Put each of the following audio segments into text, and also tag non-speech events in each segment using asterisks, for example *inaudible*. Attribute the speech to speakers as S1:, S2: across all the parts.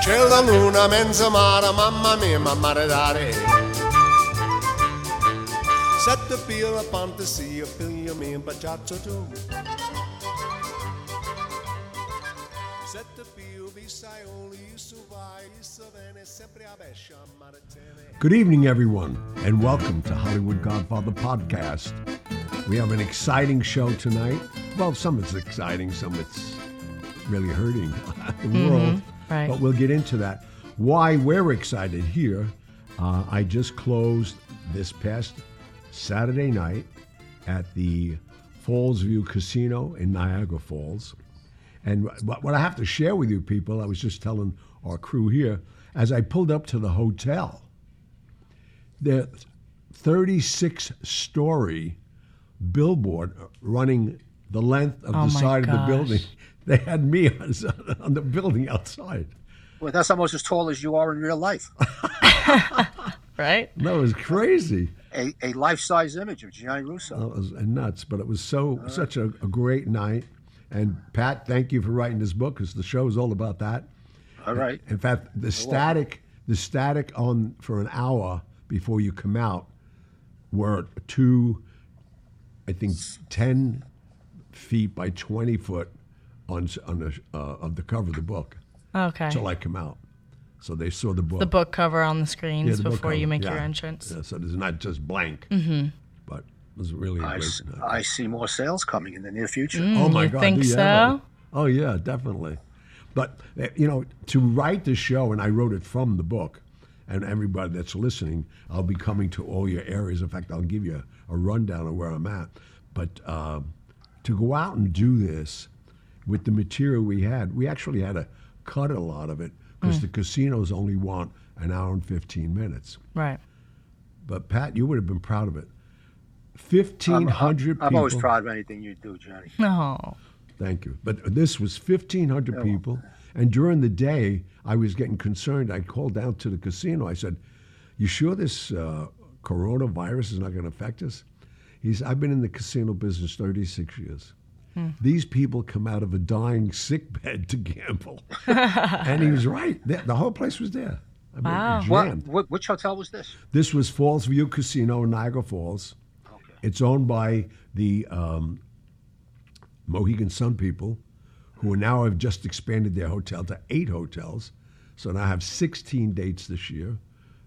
S1: C'è la luna mezza mare, mamma mia, mamma da dare. Set the feel upon the sea, a fill me in bachata too. Set the feel beside only isso vai, isso vem, sempre a bestia, amare tene.
S2: Good evening, everyone, and welcome to Hollywood Godfather Podcast. We have an exciting show tonight. Well, some it's exciting, some it's really hurting *laughs* the world.
S3: right.
S2: But we'll get into that. Why we're excited here. Uh, I just closed this past Saturday night at the Falls View Casino in Niagara Falls. And what, what I have to share with you people, I was just telling our crew here, as I pulled up to the hotel, the 36 story billboard running the length of
S3: Oh
S2: the
S3: my
S2: side of the
S3: gosh.
S2: building. *laughs* They had me *laughs* on, on the building outside.
S4: Well, that's almost as tall as you are in real life.
S3: right?
S2: That was crazy.
S4: A, a life size image of Gianni Russo.
S2: *laughs* That was nuts, but it was so such a, a great night. And Pat, thank you for writing this book because the show is all about that.
S4: All right.
S2: In fact, the static, the static on for an hour before you come out were two, I think, ten feet by twenty foot on s- on the, uh, of the cover of the book
S3: Okay.
S2: till I come out. So they saw the book.
S3: the book cover on the screens
S2: Yeah, the book
S3: before you
S2: cover,
S3: make your
S2: yeah.
S3: entrance.
S2: Yeah, so it's not just blank. Mm-hmm. But it was really a
S4: I,
S2: great.
S4: s-
S2: night.
S4: I see more sales coming in the near future.
S2: Oh my
S3: you
S2: God!
S3: think
S2: do
S3: so?
S2: ever? Oh yeah, definitely. But uh, you know, to write the show, and I wrote it from the book, and everybody that's listening, I'll be coming to all your areas. In fact, I'll give you a rundown of where I'm at. But uh, to go out and do this with the material we had, we actually had to cut a lot of it because
S3: Mm.
S2: the casinos only want an hour and fifteen minutes.
S3: Right.
S2: But Pat, you would have been proud of it. Fifteen hundred people.
S4: I'm always proud of anything you do, Johnny.
S3: No.
S2: Thank you. But this was 1,500 people. And during the day, I was getting concerned. I called down to the casino. I said, You sure this uh, coronavirus is not going to affect us? He said, I've been in the casino business 36 years. These people come out of a dying sick bed to gamble. and he was right. The, the whole place was there. I mean,
S3: Wow.
S4: What,
S2: jammed.
S4: what, which hotel was this?
S2: This was Falls View Casino in Niagara Falls. It's owned by the um, Mohegan Sun people, who now have just expanded their hotel to eight hotels. So now I have 16 dates this year.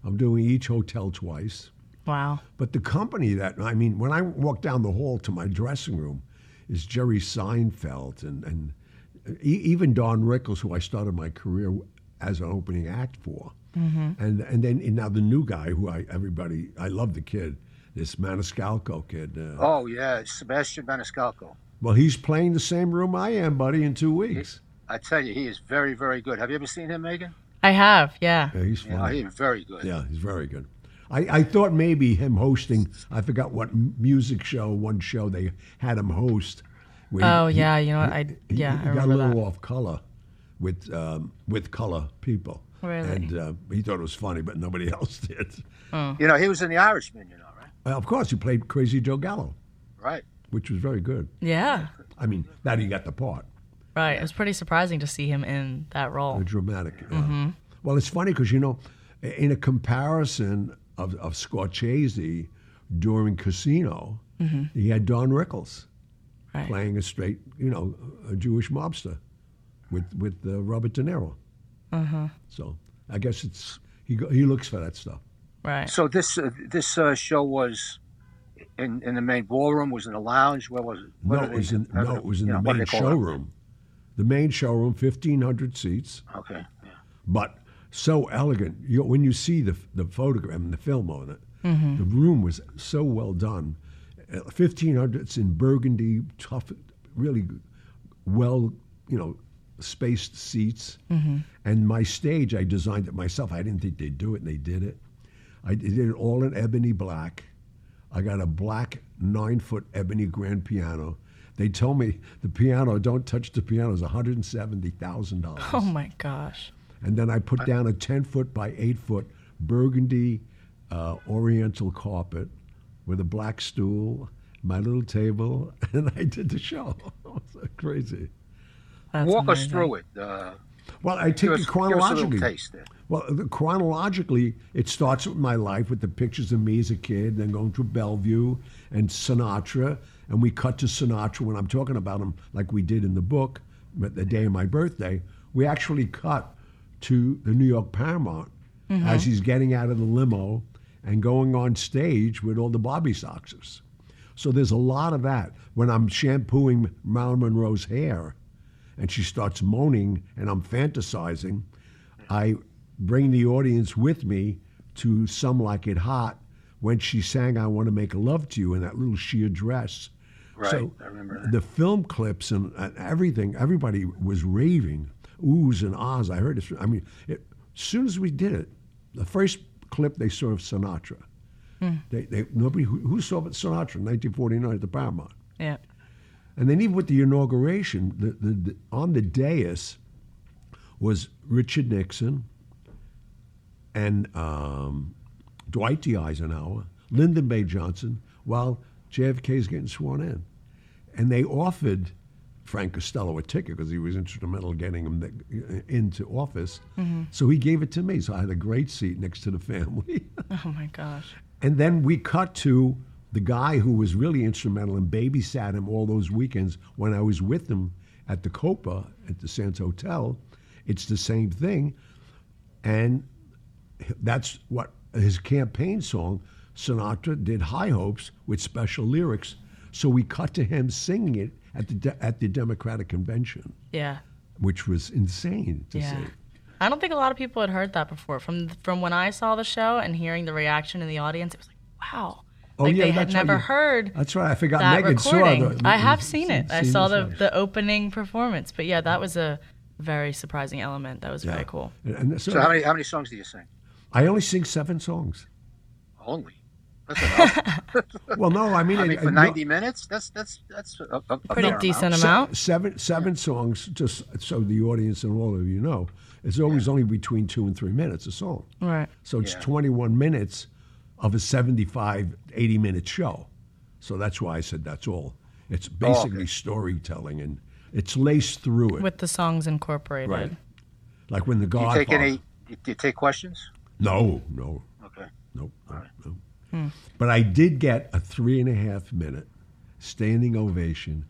S2: I'm doing each hotel twice.
S3: Wow.
S2: But the company that, I mean, when I walk down the hall to my dressing room, is Jerry Seinfeld and, and e- even Don Rickles, who I started my career as an opening act for.
S3: Mm-hmm.
S2: And, and then and now the new guy who I, everybody, I love the kid, this Maniscalco kid. Uh,
S4: Oh, yeah, Sebastian Maniscalco.
S2: Well, he's playing the same room I am, buddy, in two weeks.
S4: I tell you, he is very, very good. Have you ever seen him, Megan?
S3: I have, yeah.
S2: Yeah, he's
S4: Yeah,
S2: funny.
S4: he is very good.
S2: Yeah, he's very good. I, I thought maybe him hosting, I forgot what m- music show, one show they had him host. where he-
S3: Oh
S2: he-
S3: yeah, you know what? I
S2: he-
S3: yeah,
S2: he
S3: I
S2: got a
S3: remember
S2: little
S3: that.
S2: off color with um, with color people.
S3: Really?
S2: And uh, he thought it was funny, but nobody *laughs* else did.
S4: You know, he was in The Irishman, you know, right?
S2: Uh, of course, he played Crazy Joe Gallo,
S4: Right.
S2: which was very good.
S3: Yeah.
S2: I mean, that he got the part.
S3: Right. It was pretty surprising to see him in that role.
S2: The dramatic. yeah.
S3: Mm-hmm.
S2: Well, it's funny because you know, i- in a comparison of of Scorsese during Casino,
S3: Mm-hmm.
S2: he had Don Rickles
S3: Right.
S2: playing a straight, you know, a Jewish mobster with with uh, Robert De Niro. So I guess it's he go, he looks for that stuff.
S3: Right.
S4: So this uh, this uh, show was in, in the main ballroom, was in a lounge. Where was it? Where
S2: no,
S4: did
S2: it was
S4: they-
S2: in,
S4: how did
S2: no,
S4: they-
S2: it was in
S4: you
S2: the
S4: know, what do
S2: main
S4: they call it?
S2: showroom. The main showroom, fifteen hundred seats.
S4: Okay. yeah.
S2: but so elegant. You, when you see the the photograph and the film on it, the room was so well done. Fifteen hundreds in burgundy, tough, really well, you know, spaced seats. And my stage, I designed it myself. I didn't think they'd do it, and they did it. I did it all in ebony black. I got a black nine foot ebony grand piano. They told me the piano, don't touch the piano, is $170,000
S3: Oh my gosh.
S2: and then I put down a 10 foot by 8 foot burgundy uh, oriental carpet with a black stool, my little table, *laughs* and I did the show. *laughs* it was crazy.
S3: That's
S4: Walk us
S3: amazing.
S4: through it. Uh,
S2: Well, I take
S4: Give us,
S2: it
S4: give us a little
S2: chronologically.
S4: taste there.
S2: Well, the- chronologically, it starts with my life with the pictures of me as a kid, then going to Bellevue and Sinatra, and we cut to Sinatra when I'm talking about him, like we did in the book, but the day of my birthday, we actually cut to the New York Paramount as he's getting out of the limo and going on stage with all the Bobby Soxers. So there's a lot of that. When I'm shampooing Marilyn Monroe's hair, and she starts moaning and I'm fantasizing, I bring the audience with me to Some Like It Hot when she sang I Want to Make Love to You in that little sheer dress.
S4: Right,
S2: so
S4: I remember that.
S2: the film clips and, and everything, everybody was raving, oohs and ahs. I heard it. I mean, it, as soon as we did it, the first clip they saw of Sinatra. They, they, nobody who, who saw but Sinatra in 1949 at the Paramount.
S3: Yeah.
S2: And then even with the inauguration, the, the, the, on the dais was Richard Nixon and um, Dwight D. Eisenhower, Lyndon B. Johnson, while JFK is getting sworn in. And they offered Frank Costello a ticket because he was instrumental in getting him the, into office. So he gave it to me. So I had a great seat next to the family. *laughs*
S3: Oh my gosh.
S2: And then we cut to the guy who was really instrumental and babysat him all those weekends when I was with him at the Copa at the Sands Hotel. It's the same thing. And that's what his campaign song, Sinatra did High Hopes with special lyrics. So we cut to him singing it at the, de- at the Democratic Convention,
S3: Yeah.
S2: which was insane to
S3: Yeah.
S2: see.
S3: I don't think a lot of people had heard that before. From from when I saw the show and hearing the reaction in the audience, it was like, wow.
S2: Oh,
S3: like
S2: yeah,
S3: they had
S2: that's right,
S3: never
S2: you-
S3: heard
S2: That's right. I forgot
S3: that
S2: Megan
S3: recording.
S2: saw the,
S3: I have seen it. I
S2: seen
S3: saw
S2: this
S3: the,
S2: one.
S3: the opening performance. But yeah, that was a very surprising element. That was
S2: Yeah.
S3: very cool.
S2: And- and so
S4: So how many how many songs do you sing?
S2: I only sing seven songs.
S4: Only. That's enough.
S2: Well, no, I mean,
S4: I
S2: it-
S4: mean,
S2: it-
S4: for ninety minutes, that's that's that's a, a, a
S3: Pretty
S4: fair
S3: decent
S4: Amount.
S2: se- Seven,
S3: amount.
S2: seven songs, just so the audience and all of you know, it's always only between two and three minutes a song.
S3: Right.
S2: So it's
S4: Yeah.
S2: 21 minutes of a 75, 80 minute show. So that's why I said that's all. It's
S4: Oh,
S2: basically storytelling and it's laced through it.
S3: With the songs incorporated.
S2: right. Like when the
S4: Do you
S2: Godfather.
S4: take any? Do you take questions?
S2: No, no,
S4: Okay.
S2: Nope. nope, nope. But I did get a three and a half minute standing ovation,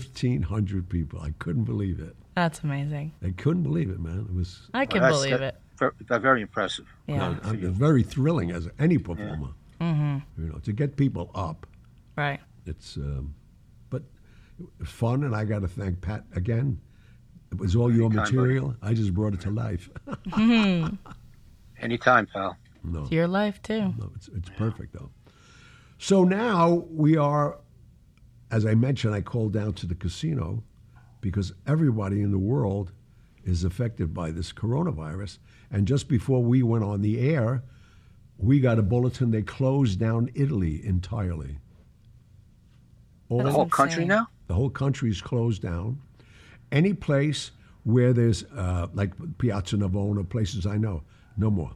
S2: 1,500 people. I couldn't believe it.
S3: That's amazing.
S2: I couldn't believe it, man. It was
S3: I can
S4: Well, that's-
S3: believe it.
S4: that- ver- very impressive.
S3: Yeah.
S2: uh, very thrilling as any performer. You know, to get people up,
S3: Right.
S2: it's, um, but it was fun, and I got to thank Pat again. It was all your
S4: kind, buddy.
S2: material. I just brought it to life.
S4: Anytime, pal.
S3: It's your life too.
S2: No, it's, it's perfect though. So now we are, as I mentioned, I called down to the casino because everybody in the world is affected by this coronavirus. And just before we went on the air, we got a bulletin they closed down Italy entirely. All,
S4: The
S3: That's
S4: whole country
S3: insane.
S4: now.
S2: the whole country is closed down. Any place where there's uh, like Piazza Navona, places I know, no more.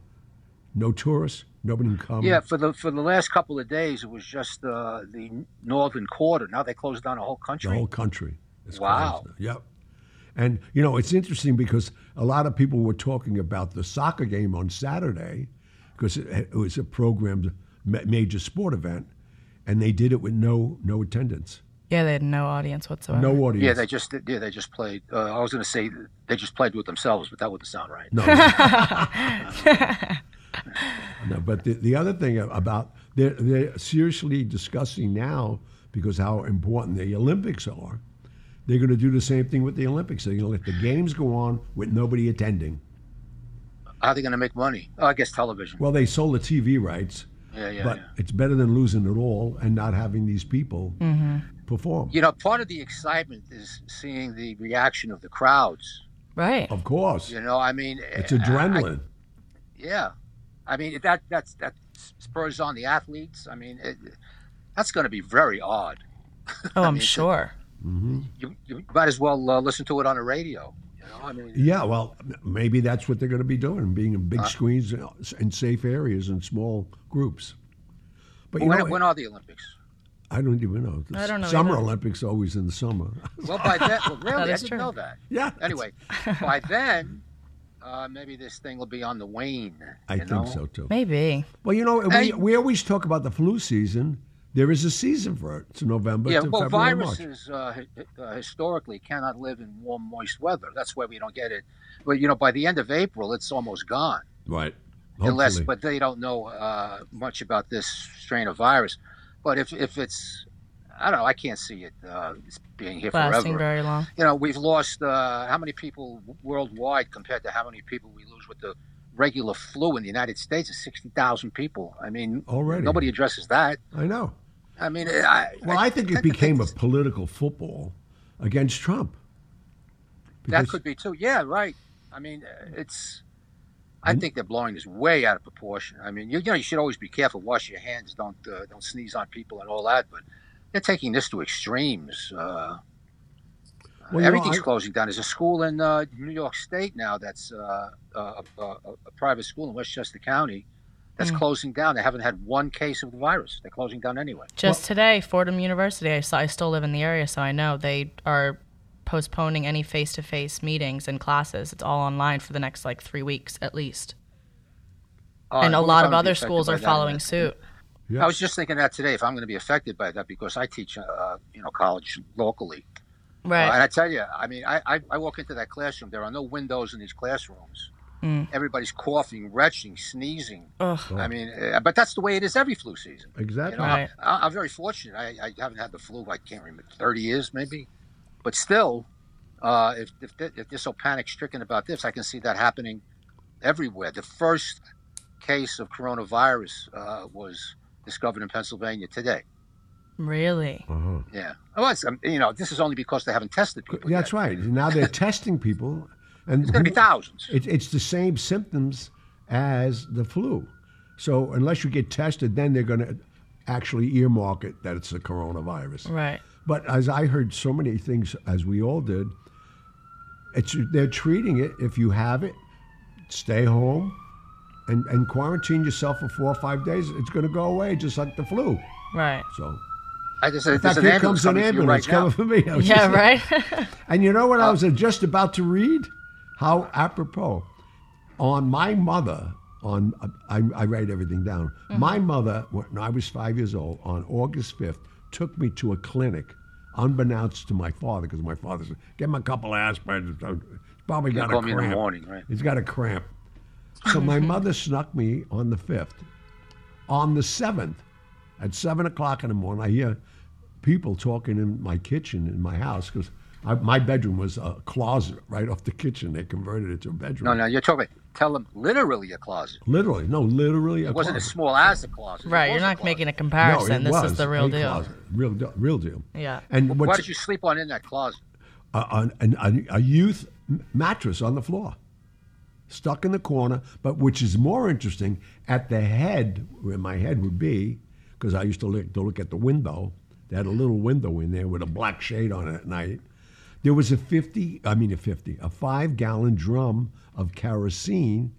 S2: No tourists. Nobody can come.
S4: Yeah, for the for the last couple of days, it was just uh, the northern quarter. Now they closed down the whole country.
S2: The whole country. is
S4: Wow.
S2: closed. Yep. And you know it's interesting because a lot of people were talking about the soccer game on Saturday because it, it was a programmed ma- major sport event, and they did it with no no attendance,
S3: Yeah, they had no audience whatsoever.
S2: no audience.
S4: *laughs* yeah, they just yeah they just played. Uh, I was going to say they just played with themselves, but that wouldn't sound right.
S2: No. no, No, but the, the other thing about they're, they're seriously discussing now because how important the Olympics are. They're going to do the same thing with the Olympics. They're going to let the games go on with nobody attending.
S4: How are they going to make money? Oh, I guess television.
S2: Well, they sold the TV rights,
S4: yeah, yeah,
S2: but
S4: yeah.
S2: it's better than losing it all and not having these people
S4: Mm-hmm.
S2: perform.
S4: You know, part of the excitement is seeing the reaction of the crowds.
S3: Right.
S2: Of course,
S4: You know, I mean,
S2: it's
S4: I- I-
S2: adrenaline.
S4: yeah, I mean that that's that spurs on the athletes. I mean, it, that's going to be very odd.
S3: Oh, I'm
S4: mean, to-
S3: sure.
S4: You, you might as well uh, listen to it on the radio. You know, I mean,
S2: yeah, well, maybe that's what they're going to be doing, being in big
S4: Uh.
S2: screens and- in safe areas in small groups. But you
S4: when,
S2: know,
S4: when are the Olympics?
S2: I don't even know. The
S3: I don't know
S2: Summer
S3: either.
S2: Olympics always in the summer. *laughs*
S3: *laughs*
S4: Well, by then, well, really, I
S3: is
S4: didn't
S3: true.
S4: know that.
S2: yeah.
S4: Anyway, by then, uh, maybe this thing will be on the wane.
S2: I
S4: you
S2: think
S4: know?
S2: so too.
S3: Maybe.
S2: Well, you know, we,
S4: Hey.
S2: we always talk about the flu season. There is a season for it. It's November
S4: yeah,
S2: to
S4: well,
S2: February, March.
S4: viruses uh, hi- uh, historically cannot live in warm, moist weather. That's why we don't get it. But you know, by the end of April, it's almost gone.
S2: Right.
S4: Unless,
S2: Hopefully.
S4: but they don't know uh, much about this strain of virus. But if if it's, I don't know. I can't see it uh, being here
S3: Lasting
S4: forever.
S3: very long.
S4: you know, we've lost uh, how many people worldwide compared to how many people we lose with the regular flu in the United States? It's sixty thousand people. I mean,
S2: Already.
S4: nobody addresses that.
S2: I know.
S4: I mean, I,
S2: Well, I think it
S4: tend to
S2: became a
S4: it's-
S2: political football against Trump.
S4: That
S2: Because-
S4: could be too. Yeah, right. I mean, uh, it's.
S2: Mm-hmm.
S4: I think they're blowing this way out of proportion. I mean, you, you know, you should always be careful. Wash your hands. Don't uh, don't sneeze on people and all that. But they're taking this to extremes. Uh,
S2: Well, you know,
S4: everything's
S2: I-
S4: closing down. There's a school in uh, New York State now that's uh, a, a, a, a private school in Westchester County
S2: Mm.
S4: that's closing down. They haven't had one case of the virus. They're closing down anyway.
S3: Just today, Fordham University. I saw. I still live in the area, so I know they are postponing any face-to-face meetings and classes. It's all online for the next like three weeks at least.
S4: Uh,
S3: and a
S4: who's
S3: lot
S4: gonna
S3: of
S4: be
S3: other
S4: affected
S3: schools
S4: by
S3: are
S4: that?
S3: following suit.
S2: Yeah.
S4: I was just thinking that today. If I'm going to be affected by that, because I teach, uh, you know, college locally, Uh, and
S3: Right.
S4: I tell you, I mean, I, I, I walk into that classroom. There are no windows in these classrooms. Everybody's coughing, retching, sneezing.
S3: Ugh.
S4: I mean, uh, but that's the way it is every flu season. You
S2: Exactly.
S4: know,
S3: Right.
S4: I, I'm very fortunate. I, I haven't had the flu. I can't remember 30 years maybe, but still, uh, if if, th- if they're so panic stricken about this, I can see that happening everywhere. The first case of coronavirus uh, was discovered in Pennsylvania today.
S3: Really.
S2: Uh-huh.
S4: Yeah, well, it's, um, you know, this is only because they haven't tested people.
S2: Yeah,
S4: yet.
S2: That's right. Now
S4: *laughs*
S2: they're testing people, and
S4: It's going to be thousands.
S2: it, it's the same symptoms as the flu. So unless you get tested, then they're going to actually earmark it that it's the coronavirus.
S3: Right.
S2: But as I heard so many things, as we all did, it's they're treating it. If you have it, stay home, and and quarantine yourself for four or five days. It's going to go away, just like the flu.
S4: *laughs*
S3: Right.
S2: So.
S4: I just
S2: In fact,
S4: there's an
S2: here
S4: ambulance
S2: comes an
S4: coming for you
S2: ambulance
S4: right now.
S2: coming for me. *laughs* I was just-
S3: Yeah.
S4: *laughs*
S3: Right.
S2: and you know what I
S4: Uh,
S2: was just about to read? How apropos. On my mother, on I, I write everything down.
S4: Mm-hmm.
S2: My mother, when I was five years old, on August 5th, took me to a clinic, unbeknownst to my father, because my father said, "Get him a couple of aspirin. It's Probably got a
S4: call
S2: cramp.
S4: me in the morning, right?
S2: He's got a cramp." So
S4: *laughs*
S2: my mother snuck me on the fifth. On the seventh, at seven o'clock in the morning, I hear people talking in my kitchen in my house because my bedroom was a closet right off the kitchen. They converted it to a bedroom.
S4: No, no, you're talking. Tell them literally a closet.
S2: Literally, no, literally.
S4: It wasn't as small as a closet.
S3: *laughs*
S4: It
S3: Right. You're
S4: was a
S3: not
S4: closet.
S3: making a comparison. this is the real deal.
S2: Real, deal- real deal.
S3: Yeah.
S2: And
S4: Why
S2: what's
S4: did you sleep on in that closet?
S2: a, a, a, a youth m- mattress on the floor, stuck in the corner. But which is more interesting, at the head where my head would be, because I used to look to look at the window. They had a little window in there with a black shade on it at night. There was a fifty, I mean a fifty, a five gallon drum of kerosene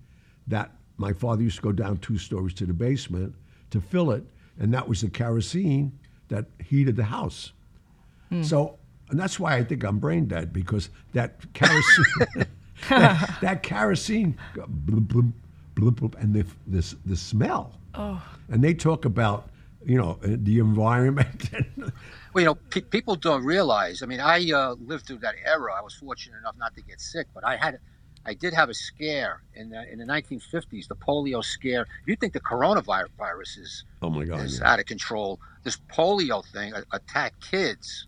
S2: that my father used to go down two stories to the basement to fill it, and that was the kerosene that heated the house. So, and that's why I think I'm brain dead because that kerosene, that, that kerosene, go bloop, bloop, bloop, bloop, and the this the smell. Oh. And they talk about you know uh, the environment. *laughs*
S4: Well, you know, pe- people don't realize. I mean, I uh, lived through that era. I was fortunate enough not to get sick, but I had, I did have a scare in the in the 1950s, the polio scare. You think the coronavirus is
S2: oh my God!
S4: is
S2: yeah.
S4: out of control. This polio thing a- attacked kids,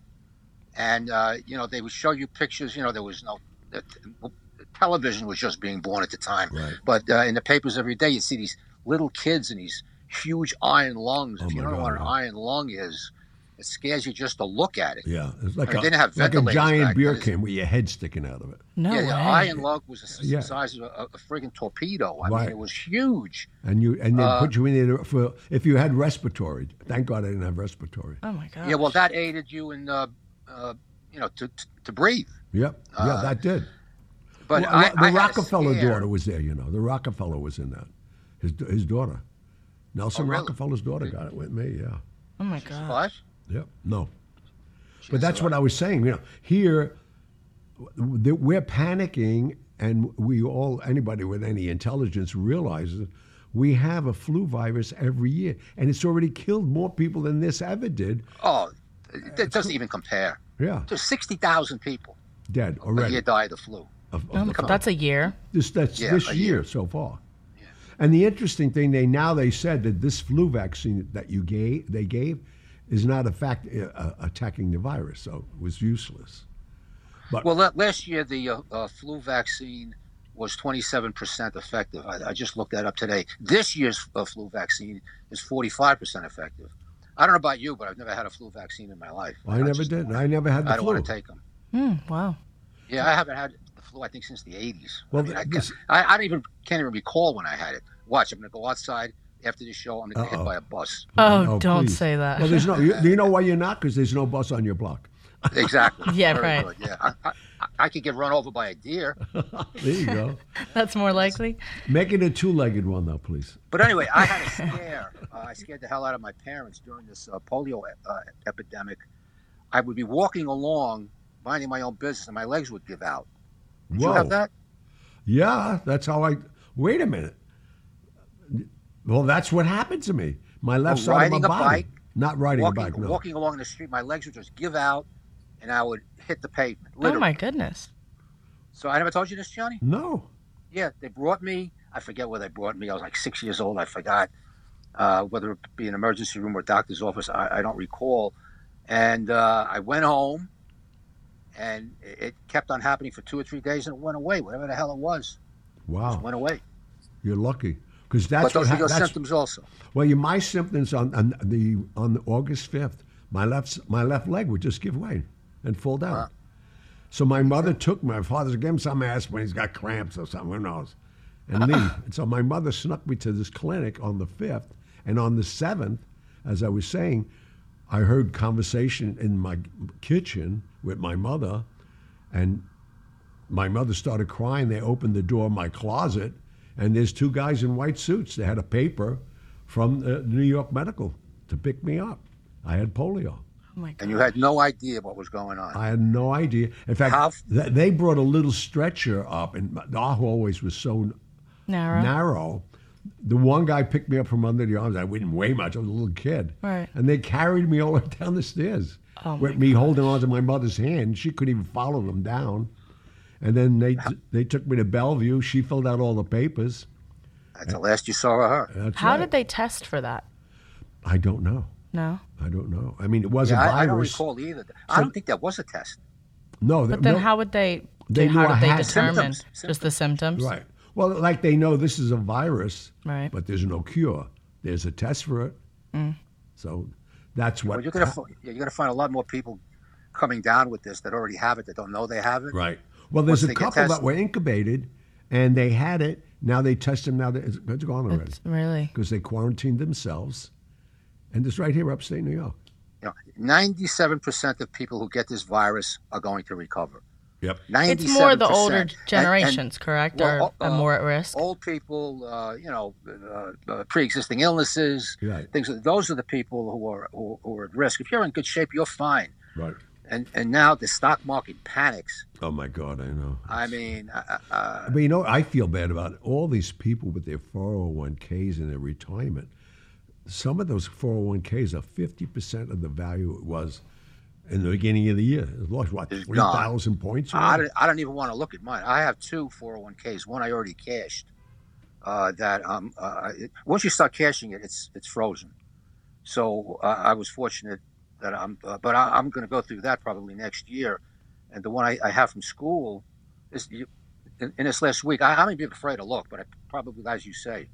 S4: and uh, you know they would show you pictures. You know there was no the- the television was just being born at the time,
S2: Right.
S4: but uh, in the papers every day you see these little kids and these huge iron lungs.
S2: Oh,
S4: if you
S2: my
S4: don't know
S2: God,
S4: what an
S2: yeah.
S4: iron lung is, it scares you just to look at it.
S2: Yeah, it's like
S4: I mean,
S2: a,
S4: they didn't have
S2: like a
S4: ventilators
S2: giant
S4: back
S2: beer
S4: then.
S2: can with your head sticking out of it.
S3: No
S4: yeah,
S3: way.
S4: the iron lung was the s-
S2: Yeah.
S4: size of a, a friggin' torpedo. I
S2: Right.
S4: mean, it was huge.
S2: And you and they
S4: Uh,
S2: put you in there for if you had respiratory. Thank God I didn't have respiratory.
S3: oh my god.
S4: Yeah, well, that aided you in, uh, uh, you know, to, to, to breathe.
S2: Yep.
S4: Uh,
S2: yeah, that did.
S4: But
S2: Well,
S4: I,
S2: the
S4: I had a
S2: Rockefeller
S4: scare.
S2: daughter was there, you know. The Rockefeller was in that. His his daughter, Nelson
S4: Oh, really?
S2: Rockefeller's daughter, got it with me. Yeah,
S3: oh my god.
S4: What?
S2: yep. No, but that's what I was saying. You know, here w- w- that we're panicking and we all, anybody with any intelligence realizes we have a flu virus every year, and it's already killed more people than this ever did.
S4: Oh, it it doesn't even compare.
S2: Yeah,
S4: There's 60,000 people
S2: dead
S4: a year
S2: already.
S4: die of the flu.
S2: Of, of
S3: Oh,
S2: the
S3: that's a year.
S2: This that's
S4: Yeah,
S2: this
S4: a
S2: year,
S4: year.
S2: so far. And the interesting thing they now they said that this flu vaccine that you gave they gave is not a fact uh, uh, attacking the virus, so it was useless.
S4: Well, la- last year the uh, uh, flu vaccine was 27% effective. I, I just looked that up today. This year's uh, flu vaccine is 45% effective. I don't know about you, but I've never had a flu vaccine in my life.
S2: I never
S4: just-
S2: did. I never had the
S4: I don't
S2: flu.
S4: want to take them.
S3: Mm, wow.
S4: Yeah, I haven't had the flu. I think since the '80s.
S2: Well,
S4: I, mean, I,
S2: this-
S4: guess, I, I don't even can't even recall when I had it. Watch, I'm going to go outside after this show. I'm going to get
S2: Uh-oh.
S4: hit by a bus.
S3: Oh,
S2: No,
S3: don't
S2: please.
S3: say that.
S2: Well, there's no. You, do you know why you're not? Because there's no bus on your
S4: *laughs*
S2: block.
S3: *laughs*
S4: Exactly.
S3: Yeah,
S4: Very
S3: right.
S4: good. Yeah, I, I, I could get run over by a deer.
S2: There you go.
S3: *laughs* That's more likely. Oh
S2: Make it a two-legged one, though, please.
S4: But anyway, I had
S3: *laughs*
S4: a scare. Uh, I scared the hell out of my parents during this uh, polio uh, epidemic. I would be walking along, minding my own business, and my legs would give out. Did you have that?
S2: Yeah, that's how I. Wait a minute. Well, that's what happened to me. My left
S4: Well,
S2: side of my
S4: Oh, riding a
S2: body.
S4: bike,
S2: not riding
S4: Walking,
S2: a bike. No.
S4: walking along the street, my legs would just give out, and I would hit the pavement.
S3: Oh
S4: Literally.
S3: my goodness.
S4: So I never told you this, Johnny.
S2: No.
S4: Yeah, they brought me. I forget where they brought me. I was like six years old. I forgot uh, whether it be an emergency room or doctor's office. I, I don't recall. And uh, I went home, and it it kept on happening for two or three days, and it went away. Whatever the hell it was, it
S2: Wow.
S4: went away.
S2: You're lucky. Because Oh. that's what
S4: but those are
S2: happened.
S4: those symptoms also.
S2: Well, you, my symptoms on, on the on August fifth, my left my left leg would just give way and fall down. So my mother took my father's again. Some asked when he's got cramps or something. Who knows? And leave. And so my mother snuck me to this clinic on the fifth, and on the seventh, as I was saying, I heard conversation in my kitchen with my mother, and my mother started crying. They opened the door of my closet, and there's two guys in white suits. They had a paper from uh, New York Medical to pick me up. I had polio.
S3: Oh my god.
S4: And you had no idea what was going on.
S2: I had no idea. In fact,
S4: How-
S2: th- they brought a little stretcher up, and my- our hallways was so
S3: Narrow.
S2: narrow. The one guy picked me up from under the arms. I didn't weigh much. I was a little kid.
S3: Right.
S2: And they carried me all the way down the stairs
S3: Oh,
S2: with me holding onto my mother's hand. She couldn't even follow them down. And then they they took me to Bellevue. She filled out all the papers.
S4: That's the last you saw of her.
S2: That's
S3: How
S2: right.
S3: did they test for that?
S2: I don't know.
S3: No.
S2: I don't know. I mean, it was
S4: Yeah,
S2: a
S4: I, I don't
S2: virus.
S4: recall either. I don't think that was a test.
S2: no,
S3: But then
S2: no,
S3: how would they?
S2: They knew
S3: how
S2: I
S3: did they
S2: had-
S3: determine
S4: Symptoms,
S3: just the symptoms?
S2: Right. Well, like they know this is a virus,
S3: Right.
S2: but there's no cure. There's a test for it.
S3: Mm.
S2: So that's what.
S4: Well, you're gonna fi- you're gonna find a lot more people coming down with this that already have it that don't know they have it.
S2: Right. Well, there's
S4: Once
S2: a
S4: they get
S2: couple that
S4: tested.
S2: were incubated and they had it. Now they test them. Now they- it's, it's gone already
S3: It's really.
S2: because they quarantined themselves. And it's right here, upstate New York.
S4: you know, 97% of people who get this virus are going to recover.
S2: Yep.
S4: 97%.
S3: It's more the older
S4: And- and
S3: generations, correct,
S4: well,
S3: or
S4: uh,
S3: are more at risk.
S4: old people, uh, you know, uh, uh, pre-existing illnesses,
S2: Right.
S4: things. Those are the people who are who, who are at risk. If you're in good shape, you're fine.
S2: Right.
S4: And and now the stock market panics.
S2: Oh my God, I know.
S4: I mean, uh, uh,
S2: But you know, I feel bad about it. all these people with their 401ks and their retirement. Some of those 401ks are 50% of the value it was in the beginning of the year. It lost, what,
S4: It's
S2: 3,000 points? or
S4: I
S2: whatever?
S4: don't, I don't even want to look at mine. I have two 401ks. One I already cashed. Uh, that um, uh, it, once you start cashing it, it's it's frozen. So uh, I was fortunate that I'm, uh, but I, I'm going to go through that probably next year. And the one I, I have from school is you, in, in this last week. I, I'm even afraid to look, but I probably, as you say,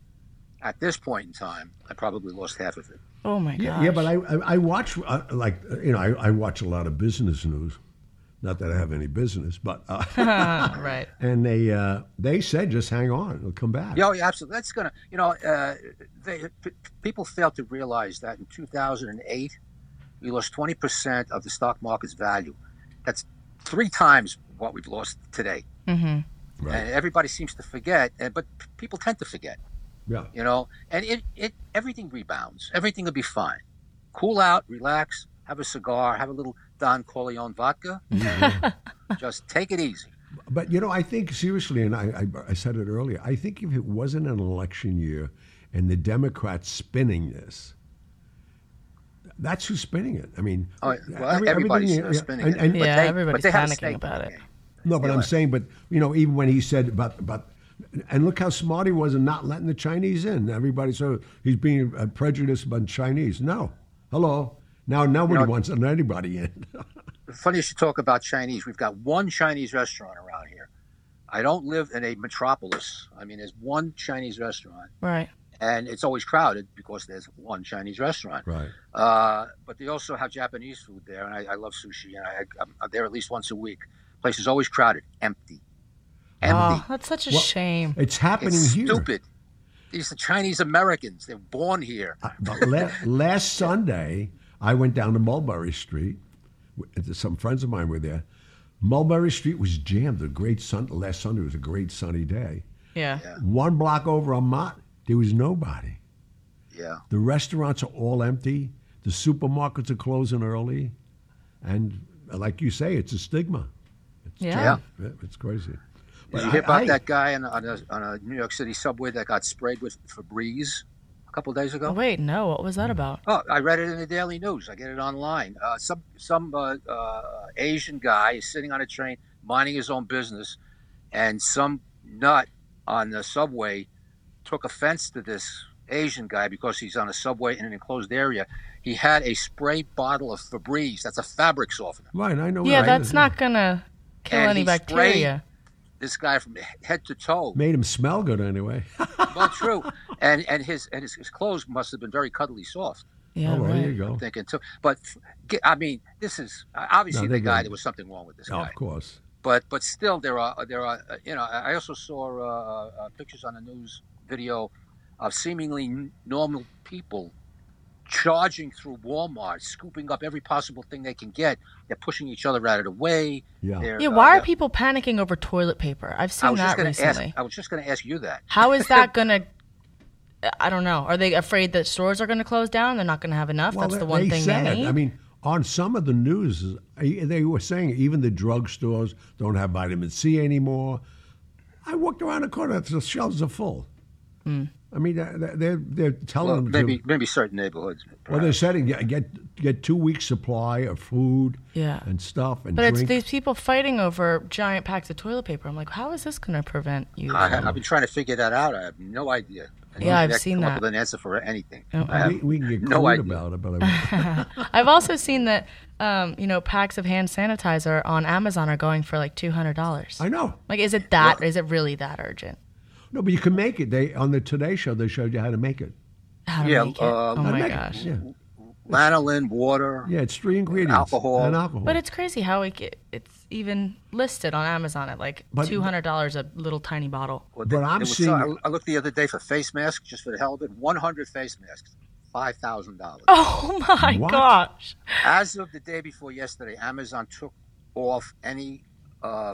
S4: at this point in time, I probably lost half of it.
S3: Oh my god.
S2: Yeah, yeah, but I, I, I watch, uh, like, uh, you know, I, I watch a lot of business news. Not that I have any business, but,
S4: *laughs*
S2: uh,
S3: *laughs* right.
S2: and they, uh, they said just hang on, it'll come back.
S4: Yeah, oh, yeah, absolutely. That's gonna, you know, uh, they, p- people fail to realize that in 2008, we lost 20 percent of the stock market's value. That's three times what we've lost today.
S3: Mm-hmm.
S2: Right.
S4: And everybody seems to forget, and, but p- people tend to forget,
S2: Yeah.
S4: you know. And it, it, everything rebounds. Everything will be fine. Cool out, relax,
S2: *laughs*
S4: have a cigar, have a little Don Corleone vodka, and just take it easy.
S2: But you know, I think seriously, and I, I, I said it earlier. I think if it wasn't an election year, and the Democrats spinning this, that's who's spinning it. I mean, uh,
S4: Oh, well,
S2: every-
S4: everybody's
S2: everything-
S4: spinning
S2: and- and-
S4: it. But
S3: Yeah,
S4: they- but
S3: everybody's
S4: they have a
S3: panicking
S4: stake in
S3: about
S4: the
S3: it.
S4: game.
S2: No, but I'm saying, but you know, even when he said about about, and look how smart he was in not letting the Chinese in. Everybody so he's being uh, prejudiced about Chinese. No, hello, now nobody wants to let anybody
S4: *laughs*
S2: in.
S4: funny you should talk about Chinese. We've got one Chinese restaurant around here. I don't live in a metropolis. I mean, there's one Chinese restaurant,
S3: Right.
S4: and it's always crowded because there's one Chinese restaurant.
S2: right.
S4: Uh, but they also have Japanese food there, and I, I love sushi, and I, I'm there at least once a week. Place is always crowded, empty, empty.
S3: Oh, that's such a
S2: Well,
S3: shame.
S2: It's Ah, happening
S4: it's
S2: here.
S4: stupid. These are Chinese Americans. They're born here.
S2: I- but
S4: *laughs*
S2: la- last Sunday, I went down to Mulberry Street. w- and Some friends of mine were there. Mulberry Street was jammed. A great sun. Last Sunday was a great sunny day.
S3: Yeah.
S2: One block over on Mott, there was nobody.
S4: Yeah.
S2: The restaurants are all empty. The supermarkets are closing early, and like you say, it's a stigma.
S3: Yeah.
S4: Yeah.
S2: Yeah, It's crazy.
S4: Did you hear about that guy on, on, a, on a New York City subway that got sprayed with Febreze a couple days ago?
S3: Oh, wait, no. What was that about?
S4: Oh, I read it in the Daily News. I get it online. Uh, some some uh, uh, Asian guy is sitting on a train, minding his own business, and some nut on the subway took offense to this Asian guy because he's on a subway in an enclosed area. He had a spray bottle of Febreze. That's a fabric softener.
S2: Right, I know.
S3: Yeah,
S2: right.
S3: that's not gonna kill
S4: And
S3: any
S4: he
S3: bacteria.
S4: This guy from head
S2: *laughs*
S4: to toe.
S2: made him smell good anyway.
S4: well, true. And and his and his, his clothes must have been very cuddly soft.
S3: Yeah,
S2: oh, well, there you
S3: right.
S2: go.
S4: Thinking too, but get- I mean, this is obviously
S2: No,
S4: the
S2: they
S4: guy.
S2: don't.
S4: There was something wrong with this
S2: Oh,
S4: guy.
S2: of course.
S4: but but still there are there are uh, you know I I also saw uh, uh, pictures on the news video of seemingly n- normal people charging through Walmart, scooping up every possible thing they can get. They're pushing each other out of the way.
S2: Yeah.
S4: They're,
S3: Yeah,
S4: uh,
S3: why are
S4: they're-
S3: people panicking over toilet paper? I've
S4: I
S3: seen
S4: was just
S3: that
S4: going to ask.
S3: recently.
S4: I was just going to ask you that.
S3: How is that gonna? *laughs* I don't know. Are they afraid that stores are gonna close down? They're not gonna have enough.
S2: Well,
S3: that's the
S2: they-
S3: one
S2: they
S3: thing
S2: said,
S3: they need.
S2: I mean, on some of the news, eh, they were saying even the drugstores don't have vitamin C anymore. I walked around the corner; the shelves are full.
S3: Hmm.
S2: I mean, they're they're, they're telling
S4: Well,
S2: them
S4: maybe
S2: to,
S4: maybe certain neighborhoods.
S2: Well, they're setting get get, get two weeks supply of food,
S3: Yeah.
S2: and stuff and
S3: but it's
S2: drink.
S3: these people fighting over giant packs of toilet paper. I'm like, how is this gonna prevent you? *laughs*
S4: I, have been trying to figure that out. I have no idea. I
S3: Yeah, I've
S4: can't
S3: seen
S4: come
S3: that. Oh,
S4: Up with an answer for anything. I
S2: we,
S4: have
S2: we can get
S4: no
S2: crude
S4: idea.
S2: about it, but
S3: *laughs*
S2: I
S3: I've also seen that, um, you know, packs of hand sanitizer on Amazon are going for like two hundred dollars.
S2: I know.
S3: Like, is it that? Is it really that urgent?
S2: No, but you can make it. They on the Today Show they showed you how to make it.
S3: How to
S4: Yeah,
S3: make it?
S4: uh,
S3: oh
S2: How to
S3: my
S2: make it.
S3: gosh!
S2: Yeah,
S4: lanolin, water.
S2: yeah. It's three ingredients.
S4: Alcohol.
S2: and alcohol.
S3: But it's crazy how it get, it's even listed on Amazon at like
S2: But-
S3: two hundred dollars a little tiny
S4: *laughs*
S3: bottle.
S4: Well,
S2: But I'm
S4: there was
S2: seeing-
S4: some- I looked the other day for face masks, just for the hell of it. 100 face masks, five thousand dollars.
S3: Oh my
S2: What?
S3: gosh!
S4: As of the day before yesterday, Amazon took off any uh,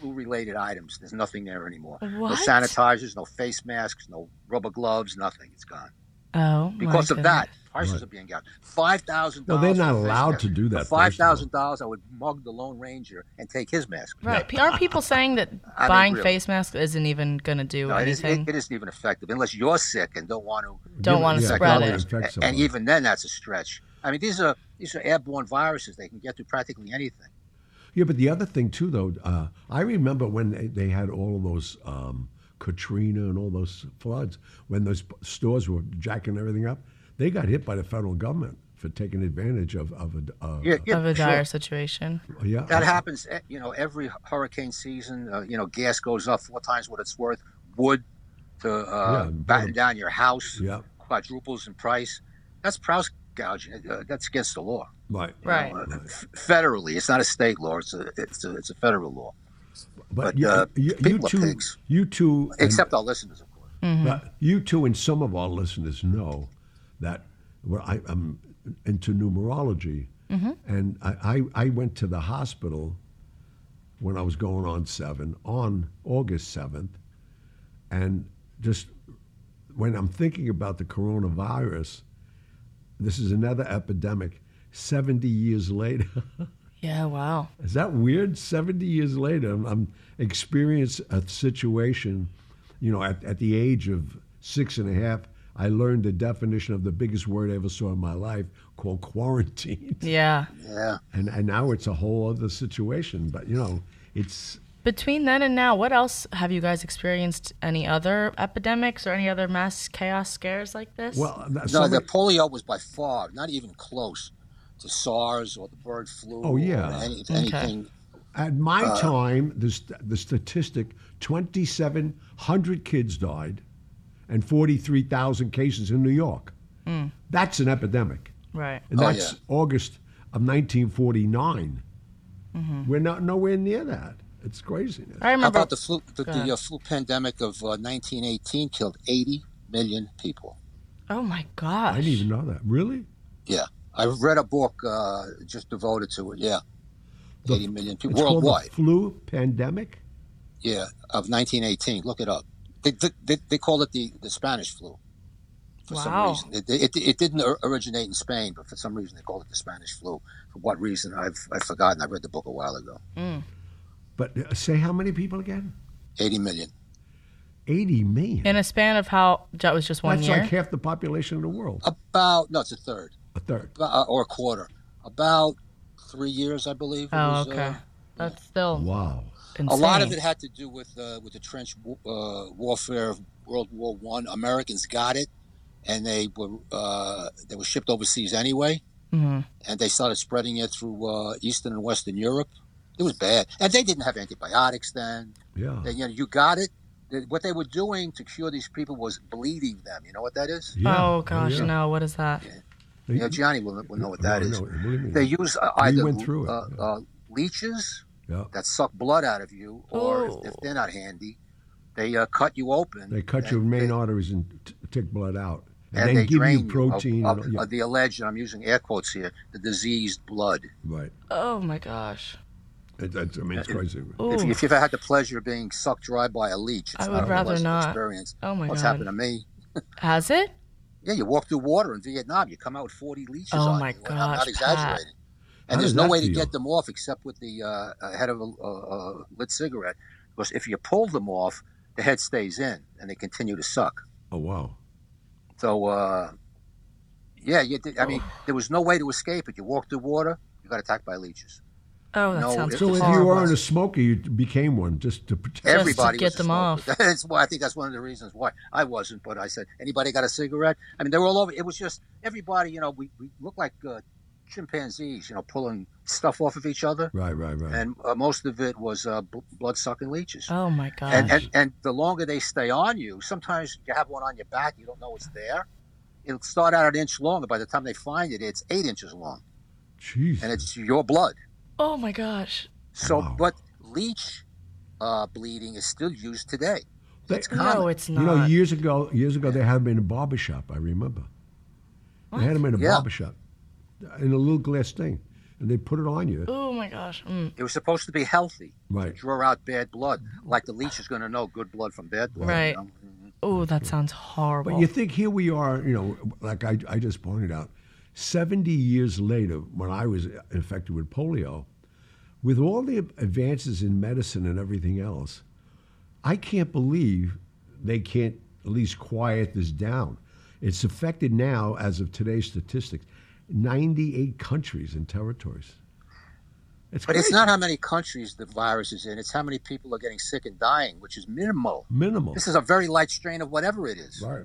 S4: flu-related items. There's nothing there anymore. No
S3: What?
S4: sanitizers, no face masks, no rubber gloves, nothing. It's gone
S3: Oh,
S4: because
S3: my
S4: of
S3: goodness.
S4: that. Prices are being gouged. Five thousand.
S2: No, they're not allowed to do that, first of all.
S4: Five thousand dollars, I would mug the Lone Ranger and take his mask.
S3: Right? P- Aren't people saying that
S4: *laughs* I mean,
S3: buying
S4: really.
S3: face masks isn't even going to do
S4: No, it, is,
S3: anything?
S4: it, it isn't even effective unless you're sick and don't want to.
S3: Don't
S2: Yeah,
S3: want to
S2: yeah,
S3: spread
S2: probably
S3: it.
S2: infects
S4: A- and
S2: someone.
S4: even then, that's a stretch. I mean, these are these are airborne viruses. They can get to practically anything.
S2: Yeah, but the other thing too, though, uh, I remember when they, they had all of those um, Katrina and all those floods, when those p- stores were jacking everything up, they got hit by the federal government for taking advantage of of a uh,
S4: Yeah, yeah,
S3: of a
S4: sure.
S3: dire situation.
S2: yeah.
S4: That happens. eh, You know, every hurricane season, uh, you know, gas goes up four times what it's worth. Wood to uh,
S2: Yeah,
S4: batten down your house
S2: Yeah.
S4: quadruples in price. That's price gouging. Uh, that's against the law. Uh,
S2: right,
S3: Right.
S4: F- federally, it's not a state law. It's a it's a, it's a federal law.
S2: But,
S4: But,
S2: you,
S4: uh,
S2: you, you
S4: people are
S2: two,
S4: pigs.
S2: you two, and-
S4: Except our listeners, of course.
S2: But you two and some of our listeners know that well, I, I'm into numerology, and I, I, I went to the hospital when I was going on seven on August seventh, and just when I'm thinking about the coronavirus, this is another epidemic. Seventy years later, *laughs*
S3: Yeah, wow.
S2: Is that weird? 70 years later, I'm, I'm experienced a situation, you know, at, at the age of six and a half, I learned the definition of the biggest word I ever saw in my life called quarantine.
S3: Yeah.
S4: Yeah.
S2: And, and now it's a whole other situation, but you know, it's,
S3: Between then and now, what else have you guys experienced? Any other epidemics or any other mass chaos scares like this?
S2: well, no,
S4: No, the polio was by far not even close to SARS or the bird flu.
S2: Oh, yeah.
S4: Or any, anything.
S2: At my time, the, st- the statistic 2,700 kids died and 43,000 cases in New York. That's an epidemic.
S3: right.
S2: And
S4: Oh,
S2: that's
S4: yeah.
S2: August of 1949.
S3: Mm-hmm.
S2: We're not nowhere near that. It's craziness.
S3: I
S4: How
S3: remember.
S4: about the flu? The,
S3: ahead.
S4: the uh, flu pandemic of uh, 1918 killed 80 million people.
S3: oh my gosh.
S2: I didn't even know that. Really?
S4: Yeah, I read a book uh, just devoted to it. Yeah, 80 million people
S2: It's called
S4: worldwide.
S2: the flu pandemic.
S4: Yeah, of 1918. Look it up. They, they- they, they called it the, the Spanish flu for
S3: Wow.
S4: some reason. It, it, it didn't or- originate in Spain, but for some reason they called it the Spanish flu. For what reason, I've, I've forgotten. I read the book a while ago.
S2: But uh, say how many people again?
S4: 80 million.
S2: 80 million.
S3: In a span of how that was just one
S2: that's
S3: year.
S2: like half the population of the world,
S4: About, no, it's a third
S2: a third.
S4: uh, or a quarter. About three years, I believe. it
S3: oh,
S4: was,
S3: okay.
S4: uh,
S3: That's still
S2: Wow.
S3: insane.
S4: a lot of it had to do with uh, with the trench wa- uh, warfare of World War One. Americans got it, and they were uh, they were shipped overseas anyway,
S3: Mm-hmm.
S4: and they started spreading it through uh, Eastern and Western Europe. It was bad, and they didn't have antibiotics then.
S2: Yeah.
S4: They, you know, you got it. They- What they were doing to cure these people was bleeding them. You know what that is?
S2: Yeah.
S3: Oh gosh,
S2: yeah.
S3: no! What is that?
S4: You know, Gianni will, will know what that
S2: No,
S4: is.
S2: no, what do you mean?
S4: They use uh, either
S2: went through it,
S4: uh,
S2: yeah.
S4: uh, leeches
S2: Yeah.
S4: that suck blood out of you, or if, if
S3: Oh.
S4: they're not handy, they uh, cut you open.
S2: They cut your main arteries and t- take blood out, and,
S4: and
S2: then
S4: they
S2: give
S4: drain
S2: you protein.
S4: of, of,
S2: and, yeah,
S4: of the alleged. and I'm using air quotes here. The diseased blood.
S2: right.
S3: Oh my gosh!
S2: It, it's- I mean, it's crazy.
S4: If,
S3: Ooh.
S4: you- if you've had the pleasure of being sucked dry by a leech, it's
S3: I
S4: not
S3: would
S4: a
S3: rather
S4: pleasant
S3: not.
S4: experience.
S3: Oh, my
S4: What's
S3: God.
S4: happened to me?
S3: Has it?
S4: Yeah, you walk through water in Vietnam, you come out with 40 leeches
S3: Oh,
S4: on
S3: my
S4: you. and I'm
S3: gosh,
S4: not exaggerating.
S2: How
S4: And there's
S2: does
S4: no
S2: that
S4: way to
S2: feel?
S4: get them off except with the uh, uh, head of a, a, a lit cigarette. Because if you pull them off, the head stays in and they continue to suck.
S2: Oh wow.
S4: So, uh, yeah, you did, I mean, there was no way to escape it. You walked through water, you got attacked by leeches.
S3: Oh, that
S4: No,
S3: sounds
S4: it-
S2: So if you
S3: horrible.
S2: weren't a smoker, you became one just to protect.
S3: to
S4: Everybody
S3: get
S4: was a
S3: them
S4: smoker.
S3: off.
S4: *laughs* That's why I think that's one of the reasons why I wasn't. But I said, anybody got a cigarette? I mean, they were all over. It was just everybody. You know, we, we looked like uh, chimpanzees. You know, pulling stuff off of each other,
S2: Right, right, right.
S4: and uh, most of it was uh, bl- blood sucking leeches.
S3: Oh my gosh!
S4: and, and and the longer they stay on you, sometimes you have one on your back. You don't know it's there. It'll start out an inch long, and by the time they find it, it's eight inches long,
S2: Jeez.
S4: and it's your blood.
S3: oh my gosh!
S4: So,
S2: Wow.
S4: but leech uh, bleeding is still used today.
S2: They-
S4: It's common.
S3: No, it's not.
S2: you know, years ago, years ago, they had them in a barber shop. I remember. They had them in a
S4: Yeah.
S2: barber shop, in a little glass thing, and they put it on you.
S3: oh my gosh! Mm.
S4: It was supposed to be healthy.
S2: Right.
S4: Draw out bad blood. Like the leech is going to know good blood from bad blood. you
S3: Mm-hmm. Right.
S4: know?
S3: Oh, that sounds horrible.
S2: But you think here we are, you know, like I, I just pointed out, 70 years later, when I was infected with polio, with all the advances in medicine and everything else, I can't believe they can't at least quiet this down. It's affected now, as of today's statistics, 98 countries and territories. It's
S4: But it's
S2: crazy.
S4: not how many countries the virus is in, it's how many people are getting sick and dying, which is minimal.
S2: minimal.
S4: This is a very light strain of whatever it is.
S2: right.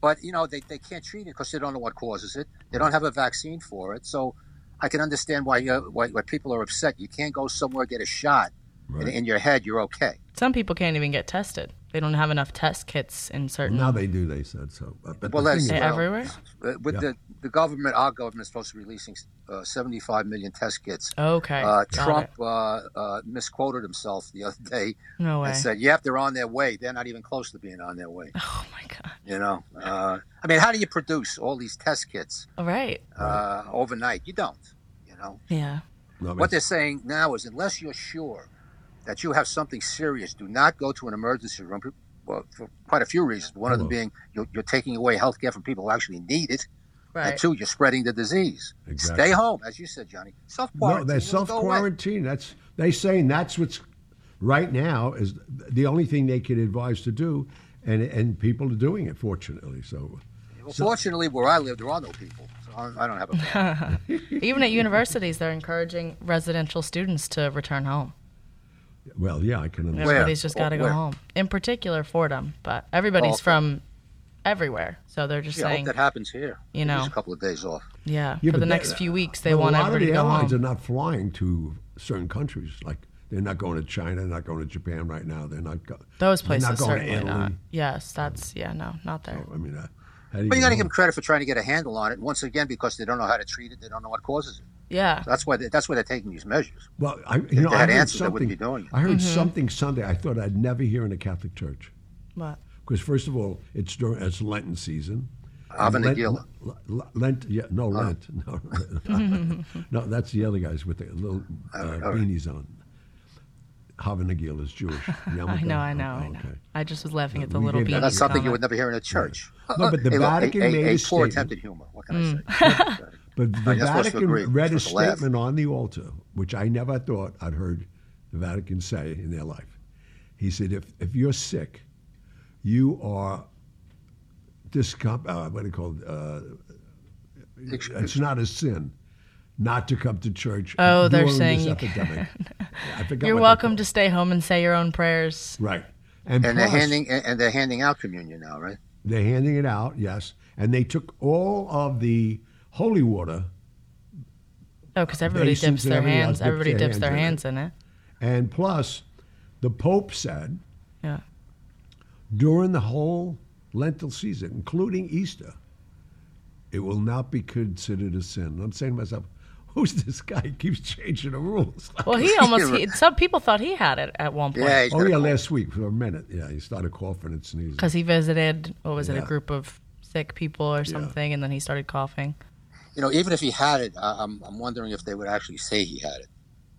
S4: But, you know, they, they can't treat it because they don't know what causes it. They don't have a vaccine for it. So I can understand why, uh, why, why people are upset. You can't go somewhere, get a shot, and
S2: Right.
S4: in your head, you're okay.
S3: Some people can't even get tested. They don't have enough test kits in certain.
S2: Now they do, they said so. But, but
S4: Well,
S2: the
S4: that's-
S2: thing
S3: They're
S2: is-
S4: Well,
S3: everywhere.
S4: Uh, with
S2: Yeah.
S4: the, the government, our government is supposed to be releasing uh, 75 million test kits
S3: Okay.
S4: Uh,
S3: got
S4: Trump
S3: it.
S4: uh, uh, misquoted himself the other day
S3: No way.
S4: and said, "Yep, they're on their way. They're not even close to being on their way."
S3: *laughs* Oh my god.
S4: You know, uh, I mean, how do you produce all these test kits
S3: All right.
S4: uh, overnight? You don't. You know,
S3: Yeah.
S2: no,
S4: what
S2: it's-
S4: they're saying now is, unless you're sure that you have something serious, do not go to an emergency room. Well, for quite a few reasons. One of them
S2: Hello.
S4: being you're, you're taking away health care from people who actually need it.
S3: Right.
S2: *laughs*
S4: And two, you're spreading the disease.
S2: Exactly.
S4: Stay home, as you said, Johnny. Self
S2: No,
S4: quarantine.
S2: they self quarantine. That's they saying that's what's right now is the only thing they can advise to do, and and people are doing it fortunately. So
S4: Well, fortunately, where I live, there are no people. So I I don't have a problem.
S3: *laughs* Even at universities, they're encouraging residential students to return home.
S2: well, Oh, yeah, Oh, I can understand.
S3: Everybody's just got to go
S4: Where?
S3: home. In particular, Fordham, but everybody's
S4: okay.
S3: from everywhere, so they're just
S4: Yeah, I hope
S3: saying,
S4: that happens here.
S3: you
S4: Give
S3: know.
S4: us a couple of days off.
S3: yeah,
S2: Yeah, but
S3: for the
S2: that-
S3: next few weeks they
S2: But
S3: want
S2: a lot
S3: everybody
S2: of
S3: to
S2: the
S3: go
S2: airlines
S3: home.
S2: are not flying to certain countries. Like they're not going to China, not going to Japan right now. They're not go-
S3: Those
S2: they're
S3: places
S2: not going
S3: certainly
S2: to Italy.
S3: not. Yes, that's yeah, no, not there.
S2: I mean, uh, how do you?
S4: But you got to give them
S2: know?
S4: credit for trying to get a handle on it. Once again, because they don't know how to treat it, they don't know what causes it.
S3: Yeah,
S2: Oh,
S4: That's why they, that's why they're taking these measures.
S2: well, I, you know,
S4: they
S2: I
S4: had
S2: heard
S4: answers, they
S2: something.
S4: wouldn't be doing it.
S2: I
S3: Mm-hmm.
S2: heard something Sunday. I thought I'd never hear in a Catholic church.
S3: but
S2: Because first of all, it's during it's Lenten season.
S4: Ave
S2: And Lent,
S4: Nigilla.
S2: L- Lent, yeah, no Lent, no, *laughs* no, that's the other guys with the little uh, beanies on. Ave Nigila is Jewish.
S3: I know, I know, I know. I just was laughing at the
S2: Oh, we
S3: little
S2: gave that-
S3: beans.
S4: That's something you
S3: comment.
S4: would never hear in a church.
S2: No, but the
S4: *laughs* A- a-
S2: Vatican
S4: a,
S2: made
S4: a,
S2: a
S4: poor
S2: statement.
S4: attempted humor. What can I say?
S2: *laughs* But the
S4: you're supposed to
S2: Vatican
S4: agree. You're
S2: read a
S4: supposed to laugh.
S2: statement on the altar, which I never thought I'd heard the Vatican say in their life. He said, if, if you're sick, you are discom- uh, what do you call it? Uh, it's not a sin not to come to church.
S3: Oh, they're
S2: during this
S3: saying you
S2: epidemic. I forgot
S3: You're
S2: what they
S3: welcome
S2: call
S3: to stay home and say your own prayers.
S2: it. right. And,
S4: and they're
S2: plus,
S4: handing and and they're handing out communion now, right?
S2: They're handing it out, yes. And they took all of the holy water
S3: Oh, because everybody
S2: Basins
S3: dips
S2: and
S3: their
S2: everything
S3: hands.
S2: else, dip
S3: Everybody
S2: their
S3: dips their
S2: hands
S3: hands in it.
S2: And plus, the Pope said
S3: Yeah.
S2: during the whole Lentil season, including Easter, it will not be considered a sin. And I'm saying to myself, who's this guy? He keeps changing the rules.
S3: Well, he
S2: *laughs*
S3: almost. he, some people thought he had it at one
S4: Yeah.
S3: point
S4: he's
S2: oh,
S4: got a
S2: yeah,
S4: point.
S2: last week for a minute. Yeah, he started coughing and sneezing.
S3: because he visited. What was it?
S2: Yeah.
S3: A group of sick people or something, and then he started coughing.
S4: You know, even if he had it, I, I'm I'm wondering if they would actually say he had it.